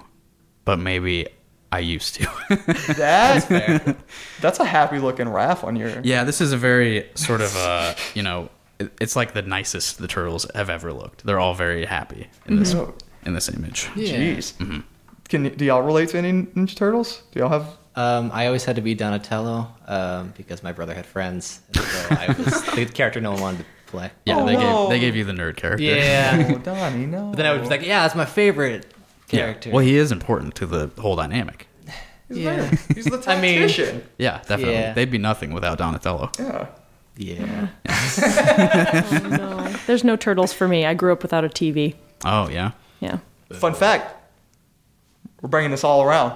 Speaker 5: but maybe I used to.
Speaker 9: That's fair. That's a happy looking raff on your.
Speaker 5: yeah, this is a very sort of uh, you know, it- it's like the nicest the turtles have ever looked. They're all very happy in this
Speaker 9: Mhm.
Speaker 5: in this image.
Speaker 6: Yeah.
Speaker 9: Jeez. Can y- do y'all relate to any Ninja Turtles? Do y'all have?
Speaker 6: Um, I always had to be Donatello um, because my brother had friends. and So I was the character no one wanted to play.
Speaker 5: Yeah, they
Speaker 9: Oh, no.
Speaker 5: gave they gave you the nerd character.
Speaker 6: Yeah.
Speaker 9: Oh,
Speaker 5: Uh,
Speaker 9: Donnie, no.
Speaker 6: but then I would be like, yeah, that's my favorite character.
Speaker 5: Yeah. Well, he is important to the whole dynamic.
Speaker 6: yeah.
Speaker 9: He's the
Speaker 6: I mean-
Speaker 9: tactician.
Speaker 5: Yeah, definitely.
Speaker 6: Yeah.
Speaker 5: They'd be nothing without Donatello.
Speaker 9: yeah.
Speaker 6: yeah.
Speaker 7: No, there's no turtles for me. I grew up without a TV.
Speaker 5: Oh yeah.
Speaker 7: Yeah.
Speaker 9: Fun fact. We're bringing this all around.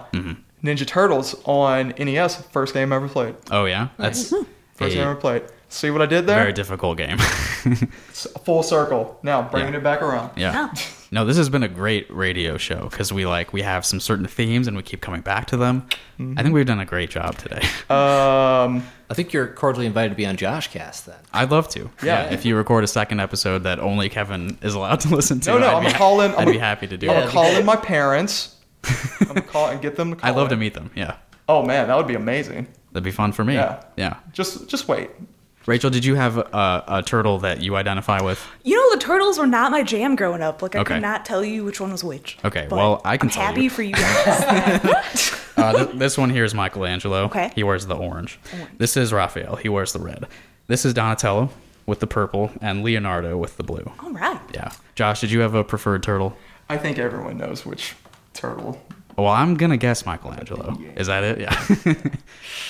Speaker 9: Ninja Turtles on NES, first game I ever played.
Speaker 5: Oh yeah. That's
Speaker 9: First game I
Speaker 5: a
Speaker 9: ever played. See what I did there?
Speaker 5: very difficult game.
Speaker 9: S- Full circle. Now bringing it back around.
Speaker 5: Yeah. No, this has been a great radio show because we like we have some certain themes and we keep coming back to them.
Speaker 9: Mm-hmm.
Speaker 5: I think we've done a great job today.
Speaker 9: Um,
Speaker 6: I think you're cordially invited to be on Josh Cast then.
Speaker 5: I'd love to.
Speaker 9: Yeah.
Speaker 5: If you record a second episode that only Kevin is allowed to listen to,
Speaker 9: no, no,
Speaker 5: I'd
Speaker 9: I'm
Speaker 5: be
Speaker 9: gonna call in.
Speaker 5: I'd
Speaker 9: I'm
Speaker 5: be
Speaker 9: gonna-
Speaker 5: happy to do
Speaker 9: I'm
Speaker 5: it.
Speaker 9: gonna call in my parents. I'm gonna call and get them. To call
Speaker 5: I'd love to
Speaker 9: in.
Speaker 5: meet them. Yeah.
Speaker 9: Oh man, that would be amazing.
Speaker 5: That'd be fun for me.
Speaker 9: Yeah.
Speaker 5: Yeah.
Speaker 9: Just, just wait.
Speaker 5: Rachel, did you have a, a turtle that you identify with?
Speaker 8: You know, the turtles were not my jam growing up. Like, I
Speaker 5: Okay.
Speaker 8: could not tell you which one was which.
Speaker 5: Okay,
Speaker 8: But
Speaker 5: well, I can
Speaker 8: I'm
Speaker 5: tell
Speaker 8: happy
Speaker 5: you.
Speaker 8: for you guys.
Speaker 5: Uh, th- this one here is Michelangelo.
Speaker 8: Okay.
Speaker 5: He wears the orange. This is Raphael. He wears the red. This is Donatello with the purple and Leonardo with the blue.
Speaker 8: All right.
Speaker 5: Yeah. Josh, did you have a preferred turtle?
Speaker 9: I think everyone knows which turtle.
Speaker 5: Well, I'm gonna guess Michelangelo. Is that it? Yeah.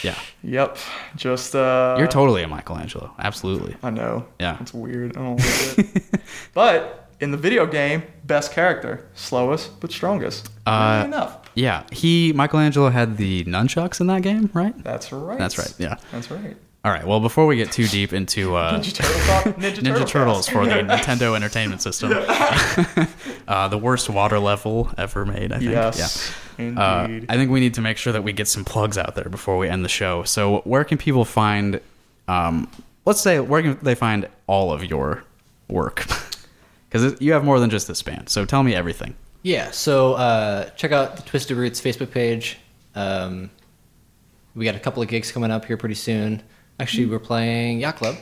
Speaker 5: yeah.
Speaker 9: Yep. Just uh.
Speaker 5: You're totally a Michelangelo. Absolutely.
Speaker 9: I know.
Speaker 5: Yeah.
Speaker 9: It's weird. I don't like it. but in the video game, best character, slowest but strongest. Weirdly enough.
Speaker 5: Yeah. He Michelangelo had the nunchucks in that game, right?
Speaker 9: That's right.
Speaker 5: That's right. Yeah.
Speaker 9: That's right.
Speaker 5: All right. Well, before we get too deep into uh,
Speaker 9: Ninja Turtle Talk. Ninja,
Speaker 5: Ninja
Speaker 9: Turtle
Speaker 5: Turtles
Speaker 9: Cast.
Speaker 5: for the Nintendo Entertainment System, uh, the worst water level ever made. I think.
Speaker 9: Yes.
Speaker 5: Yeah. Uh,
Speaker 9: Indeed.
Speaker 5: I think we need to make sure that we get some plugs out there before we end the show. So, where can people find? Um, let's say where can they find all of your work? Because you have more than just this band. So tell me everything.
Speaker 6: Yeah, so uh, check out the Twisted Roots Facebook page. Um, we got a couple of gigs coming up here pretty soon.
Speaker 9: Hmm.
Speaker 6: Actually, we're playing Yacht Club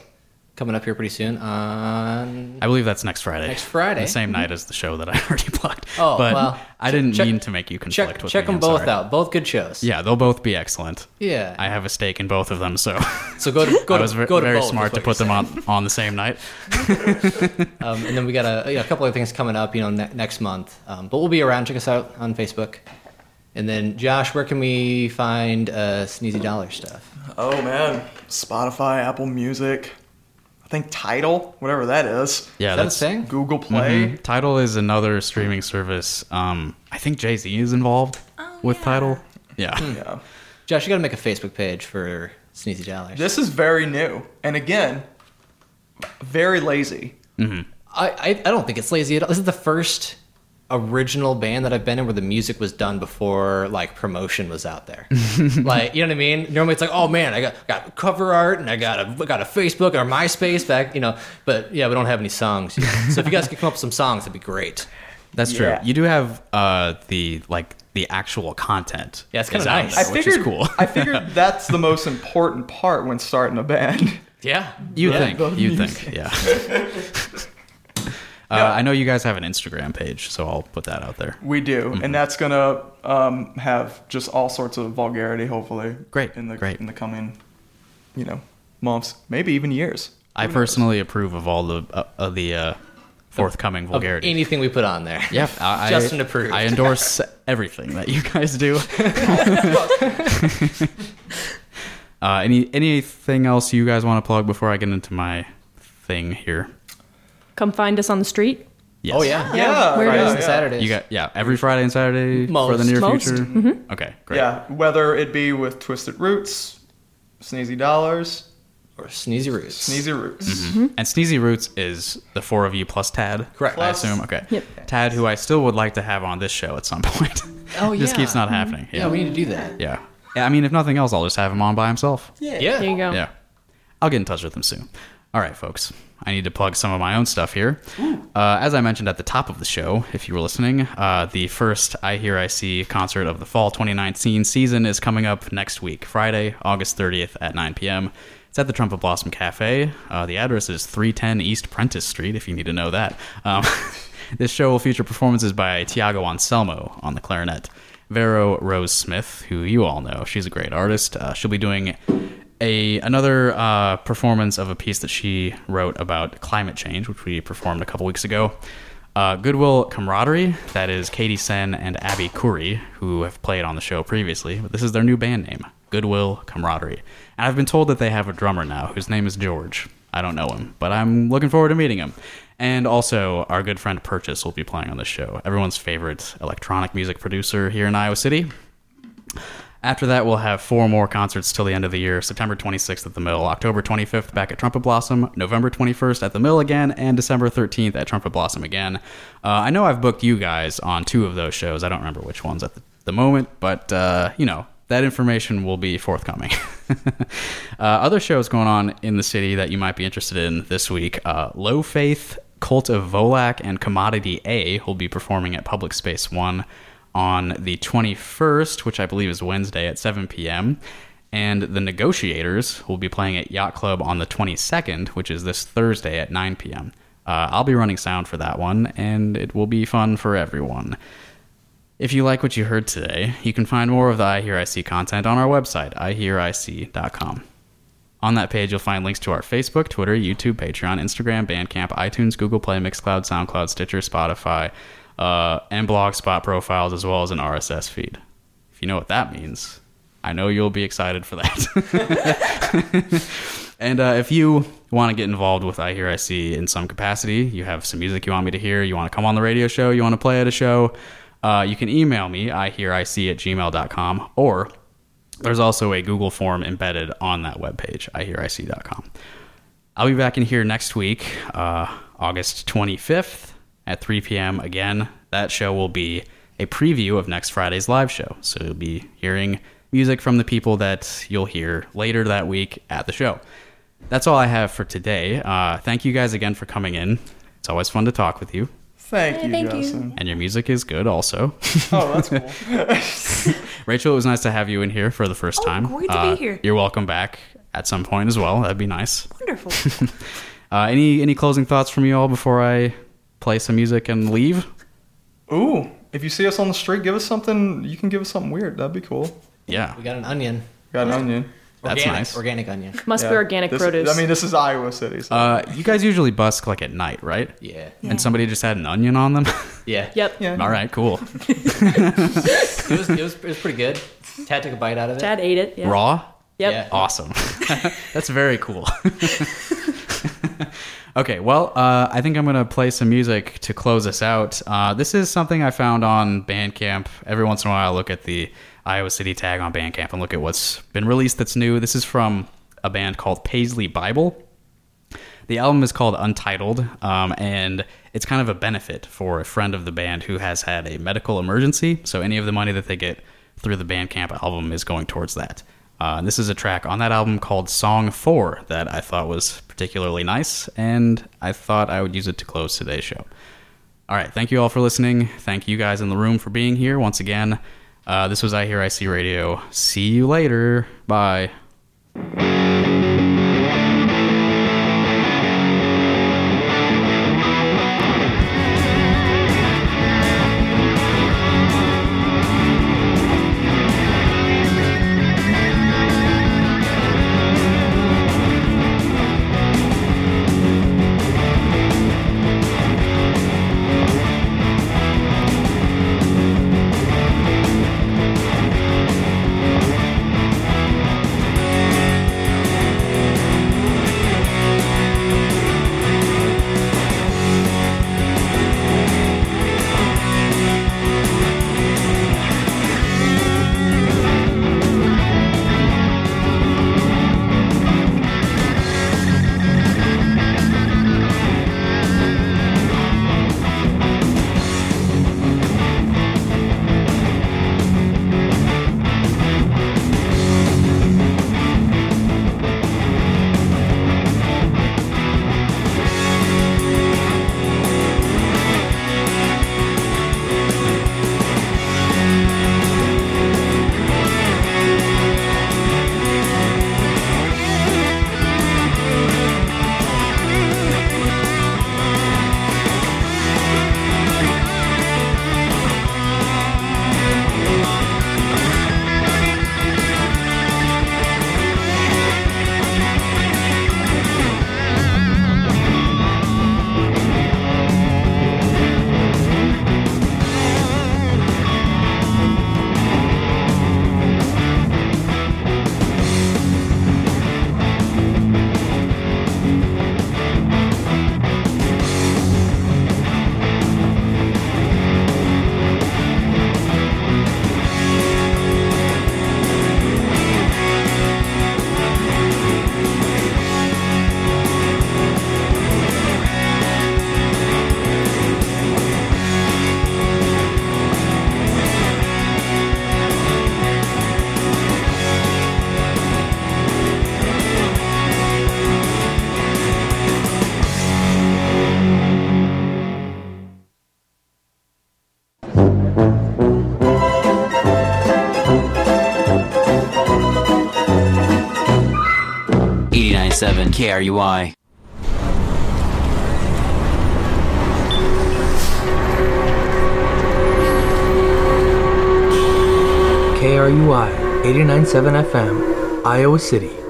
Speaker 6: coming up here pretty soon on
Speaker 5: I believe that's next Friday.
Speaker 6: Next Friday. Mm-hmm.
Speaker 5: the same night as the show that I already plugged.
Speaker 6: Oh,
Speaker 5: but
Speaker 6: well,
Speaker 5: I didn't
Speaker 6: check-
Speaker 5: mean to make you conflict
Speaker 6: check
Speaker 5: with
Speaker 6: check
Speaker 5: me,
Speaker 6: them
Speaker 5: I'm
Speaker 6: both
Speaker 5: sorry.
Speaker 6: out. Both good shows.
Speaker 5: Yeah, they'll both be excellent.
Speaker 6: Yeah.
Speaker 5: I have a stake in both of them, so
Speaker 6: So go to go
Speaker 5: I
Speaker 6: to
Speaker 5: was ver-
Speaker 6: go to
Speaker 5: very
Speaker 6: both,
Speaker 5: smart
Speaker 6: is
Speaker 5: to
Speaker 6: what
Speaker 5: put them on on the same night.
Speaker 6: you're saying. Um, and then we got a, a couple of things coming up, you know, ne- next month. Um, but we'll be around. Check us out on Facebook. And then Josh, where can we find uh, Sneezy Dollar stuff?
Speaker 9: Oh man, Spotify, Apple Music, I think Tidal, whatever that is.
Speaker 5: Yeah,
Speaker 6: Is that a
Speaker 5: that's
Speaker 6: thing?
Speaker 9: Google Play.
Speaker 5: Mhm. Tidal is another streaming service. Um, I think Jay Z is involved with Tidal. Yeah,
Speaker 6: Hmm.
Speaker 9: Yeah.
Speaker 6: Josh, you got to make a Facebook page for Sneezy Dollars.
Speaker 9: This is very new, and again, very lazy.
Speaker 6: I, I, I don't think it's lazy at all. This is the first original band that I've been in where the music was done before like promotion was out there. like, you know what I mean? Normally it's like, oh man, I got got cover art and I got a I got a Facebook or MySpace back, you know. But yeah, we don't have any songs. yet. so if you guys could come up with some songs, that'd be great.
Speaker 5: that's true.
Speaker 9: Yeah.
Speaker 5: You do have uh, the like the actual content.
Speaker 6: Yeah, it's
Speaker 5: is
Speaker 6: kinda
Speaker 5: out
Speaker 6: nice.
Speaker 5: there,
Speaker 9: I
Speaker 5: which
Speaker 9: figured,
Speaker 5: is cool.
Speaker 9: I figured that's the most important part when starting a band.
Speaker 6: Yeah.
Speaker 5: you
Speaker 6: Yeah.
Speaker 5: think? You think? Yeah. Uh, I know you guys have an Instagram page, so I'll put that out there.
Speaker 9: We do,
Speaker 5: Mm-hmm.
Speaker 9: and that's gonna um, have just all sorts of vulgarity. Hopefully, great in the in the coming, you know, months, maybe even years.
Speaker 5: I personally approve of all the uh, of the uh, forthcoming
Speaker 6: Of
Speaker 5: vulgarity.
Speaker 6: anything we put on there.
Speaker 5: Yep, I, I-
Speaker 6: Justin approved.
Speaker 5: I endorse everything that you guys do. uh, any anything else you guys want to plug before I get into my thing here?
Speaker 7: Come find us on the street.
Speaker 5: Yes.
Speaker 6: Oh, yeah.
Speaker 9: Uh,
Speaker 6: Yeah,
Speaker 7: Where
Speaker 6: Fridays
Speaker 7: is
Speaker 6: and
Speaker 7: it?
Speaker 6: Saturdays.
Speaker 5: You got yeah every Friday and Saturday for the
Speaker 9: Most.
Speaker 5: near
Speaker 9: Most.
Speaker 5: future.
Speaker 6: Mm-hmm.
Speaker 9: Mhm.
Speaker 5: Okay, great.
Speaker 9: Yeah, whether it be with Twisted Roots, Sneezy Dollars,
Speaker 6: or Sneezy Roots.
Speaker 9: Sneezy Roots.
Speaker 5: Mhm. And Sneezy Roots is the four of you plus Tad. Correct. I
Speaker 9: Plus-
Speaker 5: assume. Okay.
Speaker 6: Yep.
Speaker 5: Tad, who I still would like to have on this show at some point.
Speaker 6: Oh,
Speaker 5: Just
Speaker 6: yeah.
Speaker 5: keeps not happening.
Speaker 6: Yeah, we need to do that.
Speaker 5: Yeah. Yeah, I mean, if nothing else, I'll just have him on by himself.
Speaker 6: Yeah. Yeah. There you go.
Speaker 5: Yeah. I'll get in touch with him soon. All right, folks. I need to plug some of my own stuff here. Uh, as I mentioned at the top of the show, if you were listening, uh, the first I Hear I See concert of the fall 2019 season is coming up next week, Friday, August 30th at 9 p.m. It's at the Trumpet Blossom Cafe. Uh, the address is 310 East Prentice Street, if you need to know that. Um, this show will feature performances by Tiago Anselmo on the clarinet, Vero Rose Smith, who you all know. She's a great artist. Uh, she'll be doing a another uh, performance of a piece that she wrote about climate change, which we performed a couple weeks ago. Uh, Goodwill Camaraderie, that is Katie Sen and Abby Khoury, who have played on the show previously, but this is their new band name, Goodwill Camaraderie. And I've been told that they have a drummer now whose name is George. I don't know him, but I'm looking forward to meeting him. And also, our good friend Purchase will be playing on the show, everyone's favorite electronic music producer here in Iowa City. After that, we'll have four more concerts till the end of the year September 26th at the Mill, October 25th back at Trumpet Blossom, November 21st at the Mill again, and December 13th at Trumpet Blossom again. Uh, I know I've booked you guys on two of those shows. I don't remember which ones at the, the moment, but, uh, you know, that information will be forthcoming. uh, other shows going on in the city that you might be interested in this week uh, Low Faith, Cult of Volak, and Commodity A will be performing at Public Space 1 on the 21st, which I believe is Wednesday at 7 p.m. And the Negotiators will be playing at Yacht Club on the 22nd, which is this Thursday at 9 p.m. Uh, I'll be running sound for that one, and it will be fun for everyone. If you like what you heard today, you can find more of the I Hear I See content on our website, ihearic.com. On that page, you'll find links to our Facebook, Twitter, YouTube, Patreon, Instagram, Bandcamp, iTunes, Google Play, Mixcloud, SoundCloud, Stitcher, Spotify, uh, and Blogspot profiles, as well as an RSS feed. If you know what that means, I know you'll be excited for that. and uh, if you want to get involved with I Hear I See in some capacity, you have some music you want me to hear, you want to come on the radio show, you want to play at a show, uh, you can email me, I Hear I See at gmail.com, or there's also a Google form embedded on that webpage, ihearic.com. I'll be back in here next week, uh, August 25th at 3 p.m. Again, that show will be a preview of next Friday's live show. So you'll be hearing music from the people that you'll hear later that week at the show. That's all I have for today. Uh, thank you guys again for coming in. It's always fun to talk with you.
Speaker 9: Thank you,
Speaker 5: thank you.
Speaker 9: Justin.
Speaker 5: And your music is good also.
Speaker 9: Oh, that's cool.
Speaker 5: Rachel, it was nice to have you in here for the first time. Uh,
Speaker 8: Oh, great to be here.
Speaker 5: You're welcome back at some point as well. That'd be nice.
Speaker 8: Wonderful.
Speaker 5: uh, any any closing thoughts from you all before I play some music and leave?
Speaker 9: Ooh, if you see us on the street, give us something. You can give us something weird. That'd be cool.
Speaker 5: Yeah.
Speaker 6: We got an onion.
Speaker 9: Got an onion.
Speaker 5: That's
Speaker 6: organic,
Speaker 5: nice.
Speaker 6: Organic onion.
Speaker 7: Must be organic
Speaker 9: This-
Speaker 7: produce.
Speaker 9: I mean, this is Iowa City. So.
Speaker 5: Uh, you guys usually busk like at night, right?
Speaker 6: Yeah.
Speaker 5: And somebody just had an onion on them.
Speaker 6: Yeah.
Speaker 7: Yep.
Speaker 5: All right. Cool.
Speaker 6: it, was, it, was, it was pretty good. Tad took a bite out of it.
Speaker 7: Dad ate it. Yeah.
Speaker 5: Raw.
Speaker 7: Yep.
Speaker 6: Yeah.
Speaker 5: Awesome. That's very cool. okay, well, uh, I think I'm going to play some music to close us out. Uh, this is something I found on Bandcamp. Every once in a while, I look at the Iowa City tag on Bandcamp and look at what's been released that's new. This is from a band called Paisley Bible. The album is called Untitled, um, and it's kind of a benefit for a friend of the band who has had a medical emergency. So any of the money that they get through the Bandcamp album is going towards that. Uh, and this is a track on that album called Song 4 that I thought was particularly nice, and I thought I would use it to close today's show. All right, thank you all for listening. Thank you guys in the room for being here once again. Uh, this was I Hear I See Radio. See you later. Bye.
Speaker 11: Thank
Speaker 2: 897 KRUI.
Speaker 6: KRUI 89.7 FM, Iowa City.